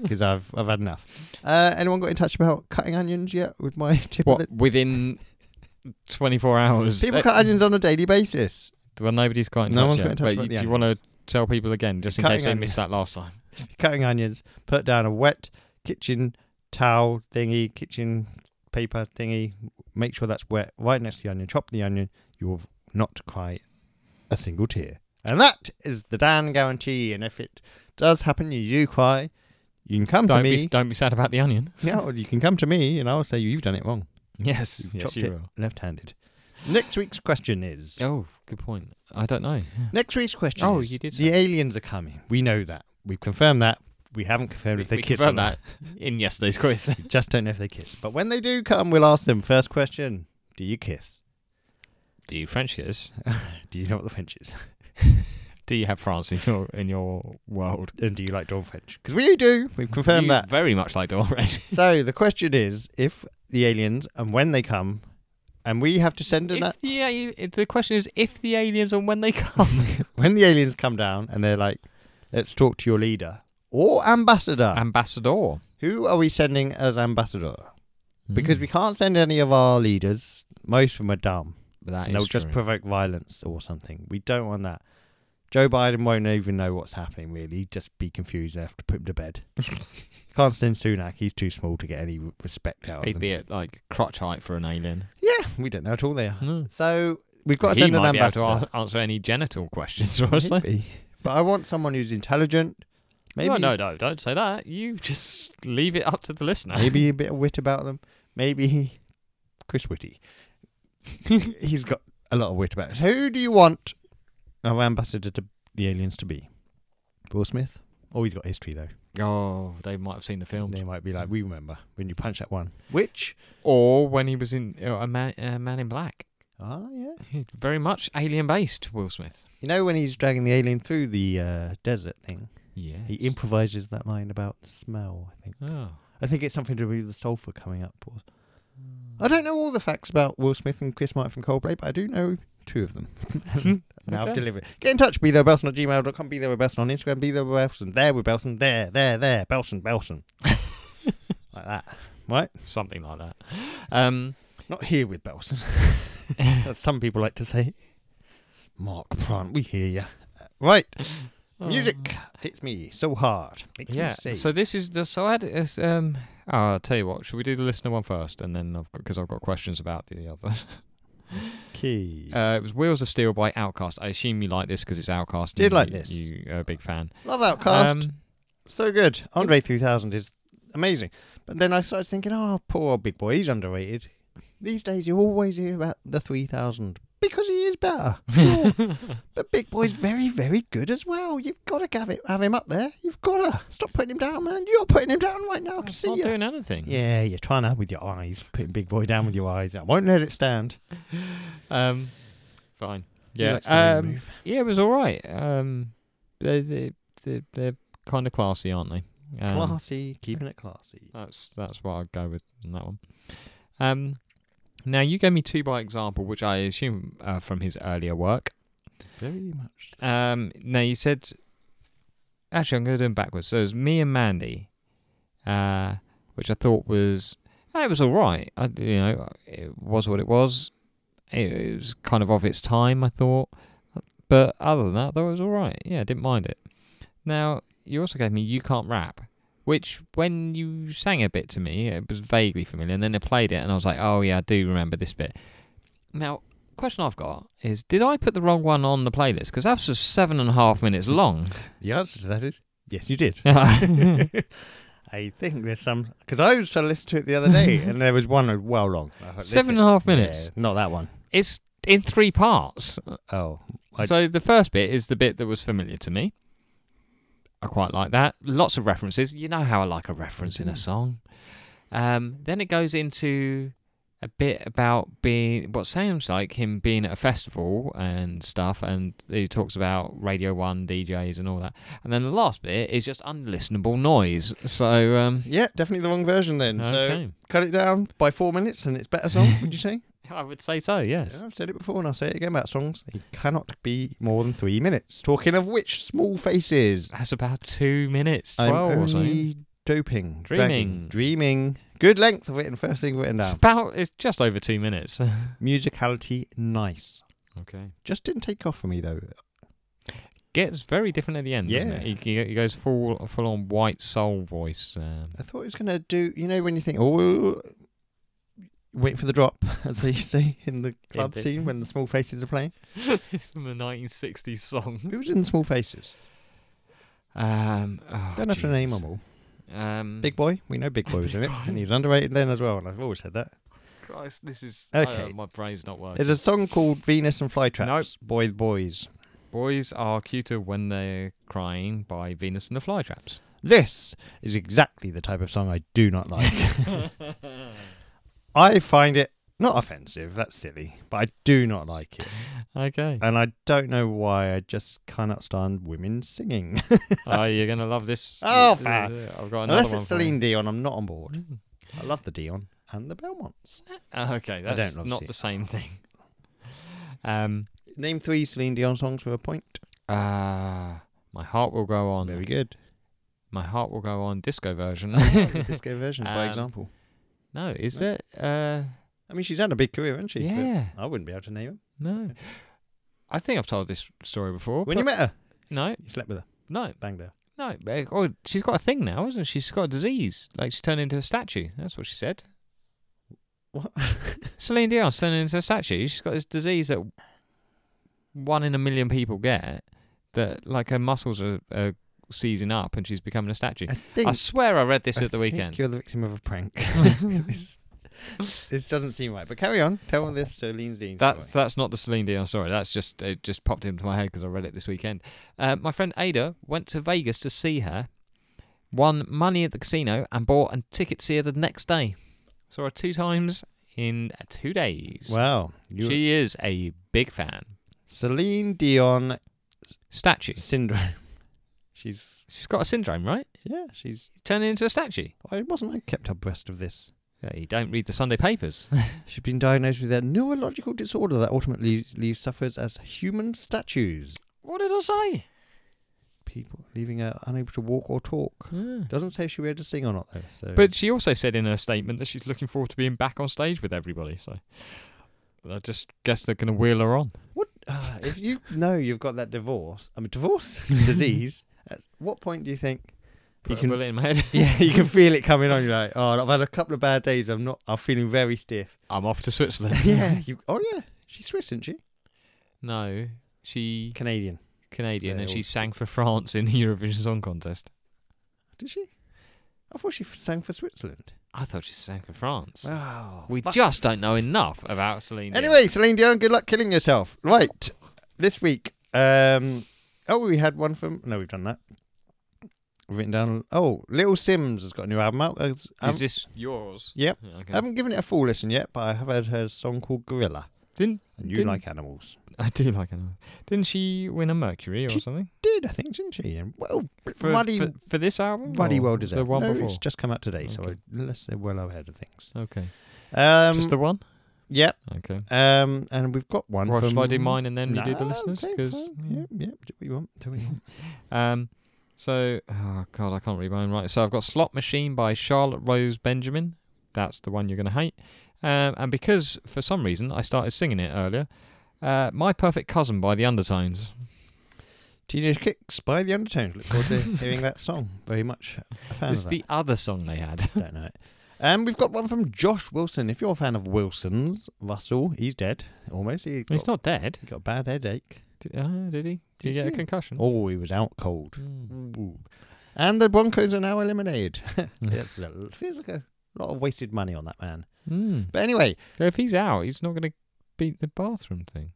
[SPEAKER 1] because I've I've had enough. Uh, anyone got in touch about cutting onions yet? With my tip of
[SPEAKER 2] What,
[SPEAKER 1] the
[SPEAKER 2] within 24 hours?
[SPEAKER 1] people
[SPEAKER 2] Uh,
[SPEAKER 1] cut onions on a daily basis.
[SPEAKER 2] Well, nobody's got in
[SPEAKER 1] No
[SPEAKER 2] touch
[SPEAKER 1] one's
[SPEAKER 2] yet,
[SPEAKER 1] got in touch
[SPEAKER 2] but
[SPEAKER 1] about
[SPEAKER 2] you-
[SPEAKER 1] the
[SPEAKER 2] do you want to
[SPEAKER 1] onions.
[SPEAKER 2] tell people again, just in
[SPEAKER 1] Cutting
[SPEAKER 2] case they
[SPEAKER 1] onions.
[SPEAKER 2] missed that last time?
[SPEAKER 1] Cutting onions. Put down a wet kitchen towel thingy, kitchen paper thingy. Make sure that's wet. Right next to the onion. Chop the onion. You will not cry a single tear. And that is the Dan guarantee. And if it does happen, you do cry. You can come
[SPEAKER 2] Don't
[SPEAKER 1] to
[SPEAKER 2] be,
[SPEAKER 1] me.
[SPEAKER 2] s- don't be sad about the onion.
[SPEAKER 1] Yeah, or you can come to me and I'll say you've done it wrong.
[SPEAKER 2] Yes, yes,
[SPEAKER 1] chopped
[SPEAKER 2] you
[SPEAKER 1] it.
[SPEAKER 2] will.
[SPEAKER 1] Left handed. Next week's question is
[SPEAKER 2] Oh, good point. I don't know.
[SPEAKER 1] Next week's question
[SPEAKER 2] Oh,
[SPEAKER 1] is,
[SPEAKER 2] you did
[SPEAKER 1] the aliens are coming. We know that. We've confirmed that. We haven't confirmed if they kiss or
[SPEAKER 2] confirmed
[SPEAKER 1] not.
[SPEAKER 2] that in yesterday's quiz.
[SPEAKER 1] We just don't know if they kiss. But when they do come, we'll ask them first question Do you kiss?
[SPEAKER 2] Do you French kiss?
[SPEAKER 1] Do you know what the French is?
[SPEAKER 2] Do you have France in your in your world?
[SPEAKER 1] And do you like Dawn French? Because we do. We've confirmed
[SPEAKER 2] You
[SPEAKER 1] that.
[SPEAKER 2] very much like Dawn French.
[SPEAKER 1] So the question is if the aliens and when they come, and we have to send an.
[SPEAKER 2] If the, al- if the question is if the aliens and when they come.
[SPEAKER 1] when the aliens come down and they're like, let's talk to your leader or ambassador,
[SPEAKER 2] Ambassador.
[SPEAKER 1] who are we sending as ambassador?
[SPEAKER 2] Mm.
[SPEAKER 1] Because we can't send any of our leaders. Most of them are dumb.
[SPEAKER 2] Hmm. that
[SPEAKER 1] and they'll
[SPEAKER 2] is
[SPEAKER 1] just
[SPEAKER 2] true.
[SPEAKER 1] provoke violence or something. We don't want that. Joe Biden won't even know what's happening, really. He'd just be confused and have to put him to bed. Can't send Sunak. He's too small to get any re- respect out of
[SPEAKER 2] He'd
[SPEAKER 1] him.
[SPEAKER 2] be at like crotch height for an alien.
[SPEAKER 1] Yeah, we don't know at all they are.
[SPEAKER 2] No.
[SPEAKER 1] So we've got to
[SPEAKER 2] Mm. he
[SPEAKER 1] send an
[SPEAKER 2] might be able
[SPEAKER 1] ambassador.
[SPEAKER 2] to a- answer any genital questions for us. though.
[SPEAKER 1] Maybe. But I want someone who's intelligent. Maybe
[SPEAKER 2] No, no, no, don't say that. You just leave it up to the listener.
[SPEAKER 1] maybe a bit of wit about them. Maybe Chris Whitty. He's got a lot of wit about. Him. Who do you want our ambassador to the aliens to be? Will Smith? Oh, he's got history though.
[SPEAKER 2] Oh, they might have seen the film.
[SPEAKER 1] They might be like, we remember when you punch that one. Which?
[SPEAKER 2] Or when he was in uh, a man, uh, man in Black.
[SPEAKER 1] Ah, yeah.
[SPEAKER 2] Very much alien based, Will Smith.
[SPEAKER 1] You know when he's dragging the alien through the uh, desert thing,
[SPEAKER 2] Yeah.
[SPEAKER 1] he improvises that line about the smell. I think.
[SPEAKER 2] oh.
[SPEAKER 1] I think it's something to do with the sulfur coming up. Or... I don't know all the facts about Will Smith and Chris Martin from Coldplay, but I do know two of them. now I've
[SPEAKER 2] Okay.
[SPEAKER 1] delivered. it. Get in touch. Be there Belson at gmail.com. Be there with Belson on Instagram. Be there with Belson. There with Belson. There, there, there. Belson, Belson. like that. Right?
[SPEAKER 2] Something like that. Um,
[SPEAKER 1] Not here with Belson. As some people like to say. Mark Plant, we hear you. Right. Music hits me so hard. Makes
[SPEAKER 2] yeah.
[SPEAKER 1] Oh. me say.
[SPEAKER 2] So this is the so I had this, um. Oh, I'll tell you what. Should we do the listener one first, and then I've because I've got questions about the others.
[SPEAKER 1] key.
[SPEAKER 2] Uh, it was Wheels of Steel by Outcast. I assume you like this because it's Outcast.
[SPEAKER 1] Did
[SPEAKER 2] and
[SPEAKER 1] like
[SPEAKER 2] you,
[SPEAKER 1] this.
[SPEAKER 2] You are a big fan.
[SPEAKER 1] Love Outcast.
[SPEAKER 2] Um,
[SPEAKER 1] So good. Andre 3000 is amazing. But then I started thinking, oh, poor old big boy, he's underrated. These days you always hear about the 3000 because he is better. Sure. but big boy's very, very good as well. You've got to have, it, have him up there. You've got to. Stop putting him down, man. You're putting him down right now. I can
[SPEAKER 2] it's
[SPEAKER 1] see
[SPEAKER 2] not
[SPEAKER 1] you.
[SPEAKER 2] doing anything.
[SPEAKER 1] Yeah, you're trying to with your eyes. Putting big boy down with your eyes. I won't let it stand.
[SPEAKER 2] Um, fine.
[SPEAKER 1] You
[SPEAKER 2] Yeah.
[SPEAKER 1] like Sailor
[SPEAKER 2] um,
[SPEAKER 1] Move.
[SPEAKER 2] yeah, it was all right. Um, they they they they're kind of classy, aren't they? Um,
[SPEAKER 1] classy. Keeping it classy.
[SPEAKER 2] That's that's what I'd go with on that one. Um, now you gave me two by example, which I assume uh, from his earlier work.
[SPEAKER 1] Very much.
[SPEAKER 2] Um, now you said, actually, I'm going to do them backwards. So it was me and Mandy, uh, which I thought was ah, it was all right. I, you know, it was what it was. It, it was kind of of its time, I thought. But other than that, though, it was all right. Yeah, I didn't mind it. Now you also gave me "You Can't Rap," which when you sang a bit to me, it was vaguely familiar, and then they played it, and I was like, "Oh yeah, I do remember this bit." Now question I've got is, did I put the wrong one on the playlist? Because that's just seven and a half minutes long.
[SPEAKER 1] The answer to that is yes, you did.
[SPEAKER 2] yeah,
[SPEAKER 1] I think there's some because I was trying to listen to it the other day, and there was one well wrong. I thought,
[SPEAKER 2] Seven
[SPEAKER 1] listen-
[SPEAKER 2] and a half minutes.
[SPEAKER 1] Yeah, not that one.
[SPEAKER 2] It's in three parts.
[SPEAKER 1] Oh, I-
[SPEAKER 2] so the first bit is the bit that was familiar to me. I quite like that. Lots of references. You know how I like a reference
[SPEAKER 1] Mm.
[SPEAKER 2] in a song. Um, then it goes into a bit about being what sounds like him being at a festival and stuff, and he talks about Radio One DJs and all that. And then the last bit is just unlistenable noise. So um,
[SPEAKER 1] yeah, definitely the wrong version then. So
[SPEAKER 2] okay.
[SPEAKER 1] cut it down by four minutes, and it's better song. would you say?
[SPEAKER 2] I would say so. Yes.
[SPEAKER 1] Yeah, I've said it before, and I'll say it again about songs. It cannot be more than three minutes. Talking of which, Small Faces.
[SPEAKER 2] That's about two minutes,
[SPEAKER 1] I'm
[SPEAKER 2] 12 or something.
[SPEAKER 1] only doping,
[SPEAKER 2] Dreaming.
[SPEAKER 1] dragging, dreaming. Good length of it, and first thing written
[SPEAKER 2] It's
[SPEAKER 1] down.
[SPEAKER 2] about, it's just over two minutes.
[SPEAKER 1] Musicality, nice.
[SPEAKER 2] okay.
[SPEAKER 1] Just didn't take off for me though.
[SPEAKER 2] Gets very different at the end, doesn't
[SPEAKER 1] Yeah.
[SPEAKER 2] it? He, he- he goes full, full on white soul voice. Um,
[SPEAKER 1] I thought it was going to do, you know, when you think, oh, wait for the drop, as they say in the club
[SPEAKER 2] Indeed.
[SPEAKER 1] scene when the small faces are playing.
[SPEAKER 2] from a 1960s song.
[SPEAKER 1] Who was in the small faces?
[SPEAKER 2] Um, oh,
[SPEAKER 1] Don't have to name
[SPEAKER 2] Jesus.
[SPEAKER 1] them all.
[SPEAKER 2] Um,
[SPEAKER 1] Big Boy, we know Big Boy was in it,
[SPEAKER 2] Big Boy.
[SPEAKER 1] and he's underrated then as well, and I've always said that.
[SPEAKER 2] Christ, this is.
[SPEAKER 1] Okay.
[SPEAKER 2] oh, my brain's not working.
[SPEAKER 1] There's a song called Venus and Flytraps, Boy the Boys.
[SPEAKER 2] Boys are cuter when they're crying by Venus and the Flytraps.
[SPEAKER 1] This is exactly the type of song I do not like. I find it not offensive, that's silly, but I do not like it.
[SPEAKER 2] okay.
[SPEAKER 1] And I don't know why, I just cannot stand women singing.
[SPEAKER 2] oh, you're going to love this.
[SPEAKER 1] Oh, fair.
[SPEAKER 2] I've got another
[SPEAKER 1] Unless
[SPEAKER 2] one
[SPEAKER 1] it's
[SPEAKER 2] for you.
[SPEAKER 1] Celine Dion, I'm not on board.
[SPEAKER 2] Mm.
[SPEAKER 1] I love the Dion and the Belmonts.
[SPEAKER 2] Uh, Okay,
[SPEAKER 1] don't
[SPEAKER 2] that's
[SPEAKER 1] love
[SPEAKER 2] not
[SPEAKER 1] Sia.
[SPEAKER 2] the same thing. Um,
[SPEAKER 1] Name three Celine Dion songs for a point.
[SPEAKER 2] uh, my heart will go on.
[SPEAKER 1] Very good.
[SPEAKER 2] My heart will go on. Disco version.
[SPEAKER 1] disco version, by
[SPEAKER 2] Um,
[SPEAKER 1] example.
[SPEAKER 2] no, is
[SPEAKER 1] No.
[SPEAKER 2] there? Uh,
[SPEAKER 1] I mean, she's had a big career, hasn't she? But
[SPEAKER 2] yeah,
[SPEAKER 1] I wouldn't be able to name them.
[SPEAKER 2] no. I think I've told this story before.
[SPEAKER 1] When you
[SPEAKER 2] but-
[SPEAKER 1] met her,
[SPEAKER 2] no,
[SPEAKER 1] you slept with her,
[SPEAKER 2] no,
[SPEAKER 1] banged her.
[SPEAKER 2] no. but- Oh, she's got a thing now, isn't she? She's got a disease. Like she's turned into a statue. That's what she said.
[SPEAKER 1] What?
[SPEAKER 2] Celine Dion's turning into a statue. She's got this disease that one in a million people get. That like her muscles are, are seizing up, and she's becoming a statue.
[SPEAKER 1] I think.
[SPEAKER 2] I swear I read this
[SPEAKER 1] I
[SPEAKER 2] at the
[SPEAKER 1] think
[SPEAKER 2] weekend.
[SPEAKER 1] You're the victim of a prank. this, this doesn't seem right. But carry on. Tell me this Celine Dion.
[SPEAKER 2] That's
[SPEAKER 1] story.
[SPEAKER 2] that's not the Celine Dion story. That's just it just popped into my head because I read it this weekend. Uh, my friend Ada went to Vegas to see her, won money at the casino, and bought a ticket to see her the next day. Saw her two times in two days.
[SPEAKER 1] Wow. You
[SPEAKER 2] she is a big fan.
[SPEAKER 1] Celine Dion
[SPEAKER 2] Statue.
[SPEAKER 1] syndrome. She's
[SPEAKER 2] She's got a syndrome, right?
[SPEAKER 1] yeah. She's.
[SPEAKER 2] Turning into a statue.
[SPEAKER 1] I wasn't. I kept abreast of this.
[SPEAKER 2] Yeah, you don't read the Sunday papers.
[SPEAKER 1] She's been diagnosed with a neurological disorder that ultimately leaves sufferers as human statues.
[SPEAKER 2] what did I say?
[SPEAKER 1] People leaving her unable to walk or talk. Doesn't say she were to sing or not though. So.
[SPEAKER 2] But she also said in her statement that she's looking forward to being back on stage with everybody. So I just guess they're going to wheel her on.
[SPEAKER 1] what ah, if you know you've got that divorce? I mean, divorce disease. At what point do you think
[SPEAKER 2] Put
[SPEAKER 1] you can?
[SPEAKER 2] a bullet in my head.
[SPEAKER 1] Yeah, you can feel it coming on. You're like, oh, I've had a couple of bad days. I'm not. I'm feeling very stiff.
[SPEAKER 2] I'm off to Switzerland.
[SPEAKER 1] yeah. You. Oh yeah. She's Swiss, isn't she?
[SPEAKER 2] No, she
[SPEAKER 1] Canadian.
[SPEAKER 2] Canadian
[SPEAKER 1] They
[SPEAKER 2] and
[SPEAKER 1] all-
[SPEAKER 2] she sang for France in the Eurovision Song Contest.
[SPEAKER 1] Did she? I thought she f- sang for Switzerland.
[SPEAKER 2] I thought she sang for France.
[SPEAKER 1] Wow.
[SPEAKER 2] we just don't know enough about Celine. Dion.
[SPEAKER 1] Anyway, Celine Dion, good luck killing yourself. Right, this week. Um, oh, we had one from. No, we've done that. We've written down. Oh, Little Sims has got a new album out. I
[SPEAKER 2] is this um, yours?
[SPEAKER 1] Yep. Um,
[SPEAKER 2] Yeah, Okay.
[SPEAKER 1] haven't given it a full listen yet, but I have heard her song called Gorilla.
[SPEAKER 2] Didn't
[SPEAKER 1] And you
[SPEAKER 2] Didn't-
[SPEAKER 1] like animals.
[SPEAKER 2] I do like her? Didn't she win a Mercury or
[SPEAKER 1] She-
[SPEAKER 2] something
[SPEAKER 1] Did, I think, didn't she? And Well,
[SPEAKER 2] for,
[SPEAKER 1] bloody,
[SPEAKER 2] for, for this album?
[SPEAKER 1] bloody
[SPEAKER 2] or
[SPEAKER 1] well deserved.
[SPEAKER 2] The one
[SPEAKER 1] no,
[SPEAKER 2] before.
[SPEAKER 1] It's just come out today, so I,
[SPEAKER 2] Okay.
[SPEAKER 1] unless they're well ahead of things.
[SPEAKER 2] Okay.
[SPEAKER 1] Um,
[SPEAKER 2] just the one.
[SPEAKER 1] Yep.
[SPEAKER 2] Okay.
[SPEAKER 1] Um, and we've got one
[SPEAKER 2] Or
[SPEAKER 1] from.
[SPEAKER 2] should I do mine and then you do the
[SPEAKER 1] No,
[SPEAKER 2] listeners?
[SPEAKER 1] okay,
[SPEAKER 2] 'Cause-
[SPEAKER 1] fine. Yep, yep. Do what you want. Do what you want.
[SPEAKER 2] Um, so, oh god, I can't read mine right. So I've got Slot Machine by Charlotte Rose Benjamin. That's the one you're going to hate. Um, and because for some reason I started singing it earlier, uh, My Perfect Cousin by The Undertones.
[SPEAKER 1] Teenage Kicks by The Undertones. Look forward to hearing that song. Very much a fan
[SPEAKER 2] It's
[SPEAKER 1] of
[SPEAKER 2] the other song they had.
[SPEAKER 1] that. Don't know it. Um, we've got one from Josh Wilson. If you're a fan of Wilson's, Russell, he's dead almost. He got,
[SPEAKER 2] He's not dead.
[SPEAKER 1] he got a bad headache.
[SPEAKER 2] Did, uh, did he? Did he
[SPEAKER 1] Did
[SPEAKER 2] get a
[SPEAKER 1] he?
[SPEAKER 2] concussion?
[SPEAKER 1] Oh, he was out cold.
[SPEAKER 2] Mm.
[SPEAKER 1] Ooh. And the Broncos are now eliminated. That's a, feels like a lot of wasted money on that man.
[SPEAKER 2] Mm.
[SPEAKER 1] But anyway,
[SPEAKER 2] So if he's out, he's not going to beat the bathroom thing.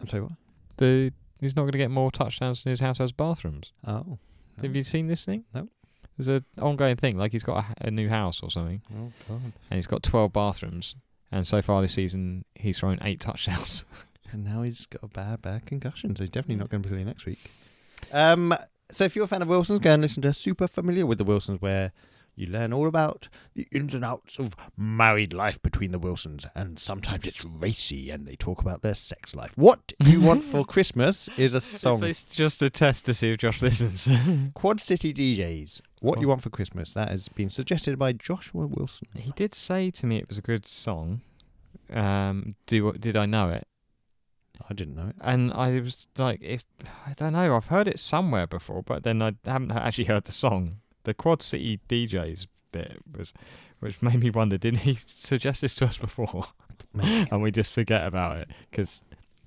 [SPEAKER 1] I'm sorry. What?
[SPEAKER 2] The he's not going to get more touchdowns than his house has bathrooms.
[SPEAKER 1] Oh,
[SPEAKER 2] Have you seen this thing?
[SPEAKER 1] No.
[SPEAKER 2] There's an ongoing thing. Like he's got a, h- a new house or something,
[SPEAKER 1] oh God!
[SPEAKER 2] and he's got 12 bathrooms. And so far this season, he's thrown eight touchdowns.
[SPEAKER 1] And now he's got a bad, bad concussion, so he's definitely not going to be playing next week. Um, so if you're a fan of Wilsons, go and listen to Super Familiar with the Wilsons, where you learn all about the ins and outs of married life between the Wilsons, and sometimes it's racy, and they talk about their sex life. What you want for Christmas is a song.
[SPEAKER 2] It's just a test to see if Josh listens.
[SPEAKER 1] Quad City DJs. What you want for Christmas? That has been suggested by Joshua Wilson.
[SPEAKER 2] he did say to me it was a good song. Um, do did I know it?
[SPEAKER 1] I didn't know it.
[SPEAKER 2] And I was like, if I don't know, I've heard it somewhere before, but then I haven't actually heard the song. The Quad City DJs bit was, which made me wonder, did he suggest this to us before?
[SPEAKER 1] Maybe.
[SPEAKER 2] and we just forget about it because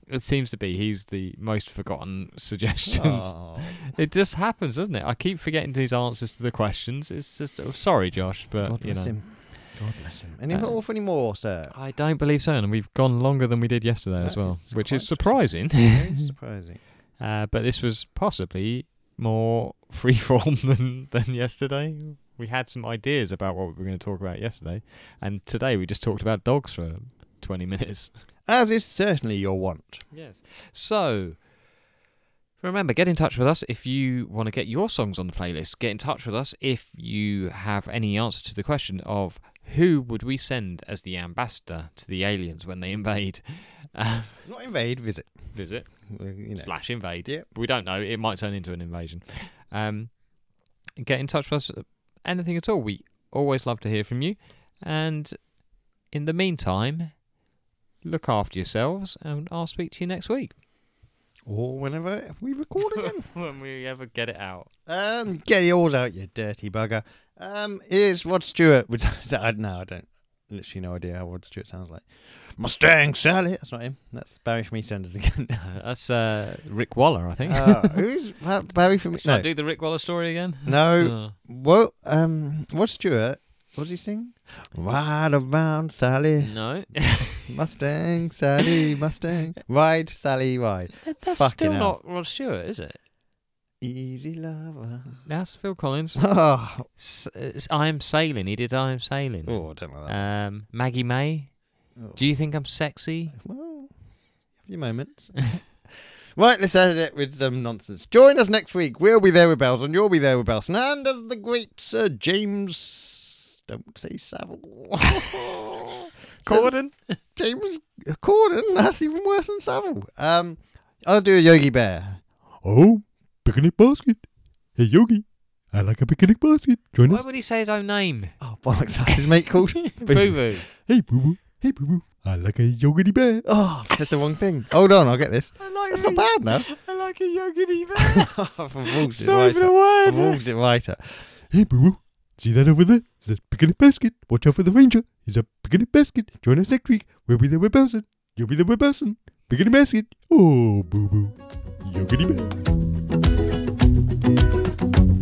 [SPEAKER 2] it seems to be he's the most forgotten suggestions.
[SPEAKER 1] Oh.
[SPEAKER 2] It just happens, doesn't it? I keep forgetting these answers to the questions. It's just oh, sorry, Josh, but
[SPEAKER 1] God
[SPEAKER 2] you
[SPEAKER 1] bless
[SPEAKER 2] know,
[SPEAKER 1] him. God bless him. Any
[SPEAKER 2] Uh,
[SPEAKER 1] more for any more, sir?
[SPEAKER 2] I don't believe so, and we've gone longer than we did yesterday as
[SPEAKER 1] That
[SPEAKER 2] well,
[SPEAKER 1] is
[SPEAKER 2] which
[SPEAKER 1] quite
[SPEAKER 2] is surprising.
[SPEAKER 1] Very surprising.
[SPEAKER 2] Uh, but this was possibly more freeform than than yesterday. We had some ideas about what we were going to talk about yesterday, and today we just talked about dogs for twenty minutes.
[SPEAKER 1] As is certainly your want.
[SPEAKER 2] Yes. So remember, get in touch with us if you want to get your songs on the playlist. Get in touch with us if you have any answer to the question of who would we send as the ambassador to the aliens when they invade? Uh,
[SPEAKER 1] Not invade, visit.
[SPEAKER 2] visit
[SPEAKER 1] Uh, You know.
[SPEAKER 2] slash invade.
[SPEAKER 1] Yep.
[SPEAKER 2] We don't know. It might turn into an invasion. Um, get in touch with us. uh, Anything at all. We always love to hear from you. And in the meantime, look after yourselves, and I'll speak to you next week.
[SPEAKER 1] Or whenever we record again.
[SPEAKER 2] when we ever get it out.
[SPEAKER 1] um, get yours out, you dirty bugger. Um, here's Rod Stewart. With, I, no, I don't. Literally no idea how Rod Stewart sounds like. Mustang Sally. That's not him. That's Barry from EastEnders again.
[SPEAKER 2] That's uh, Rick Waller, I think.
[SPEAKER 1] Uh, who's that Barry from
[SPEAKER 2] Should I
[SPEAKER 1] No.
[SPEAKER 2] do the Rick Waller story again?
[SPEAKER 1] No.
[SPEAKER 2] Uh,
[SPEAKER 1] Well, um, Rod Stewart. What does he sing? Ride around, Sally.
[SPEAKER 2] no.
[SPEAKER 1] Mustang, Sally, Mustang. Ride, Sally, ride.
[SPEAKER 2] That's
[SPEAKER 1] Fucking
[SPEAKER 2] still
[SPEAKER 1] hell.
[SPEAKER 2] not Rod Stewart, is it?
[SPEAKER 1] Easy lover.
[SPEAKER 2] That's Phil Collins.
[SPEAKER 1] oh,
[SPEAKER 2] S- s- I am sailing. He did I am sailing.
[SPEAKER 1] I don't like that.
[SPEAKER 2] Um, Maggie May.
[SPEAKER 3] Uh,
[SPEAKER 1] Oh.
[SPEAKER 2] Do you think I'm sexy?
[SPEAKER 1] Well, have your moments. right, let's end it with some nonsense. Join us next week. We'll be there with Belson. You'll be there with Belson. And as the great Sir James, don't say Savile. Says James uh, Corden. That's even worse than Savile. Um, I'll do a Yogi Bear.
[SPEAKER 3] Oh, picnic basket. Hey, Yogi, I like a picnic basket. Join
[SPEAKER 2] Why
[SPEAKER 3] us.
[SPEAKER 2] would he say his own name?
[SPEAKER 1] Oh, bollocks. That's his mate called.
[SPEAKER 2] Boo boo.
[SPEAKER 3] Hey, boo boo. Hey, boo boo. I like a yogurty bear.
[SPEAKER 1] Oh, I've said the wrong thing. Hold on, I'll get this.
[SPEAKER 2] I like
[SPEAKER 1] That's not bad now.
[SPEAKER 2] I like a yogurt bear.
[SPEAKER 1] I've wolves it
[SPEAKER 2] Sorry
[SPEAKER 1] right
[SPEAKER 2] for the
[SPEAKER 1] up. I've
[SPEAKER 2] word.
[SPEAKER 1] wolves it right up.
[SPEAKER 3] Hey, boo boo. See that over there? It's a picnic basket. Watch out for the ranger. It's a picnic basket. Join us next week. We'll be there with Belson. You'll be there with Belson. Picnic basket. Oh, boo boo. Yogurty bear.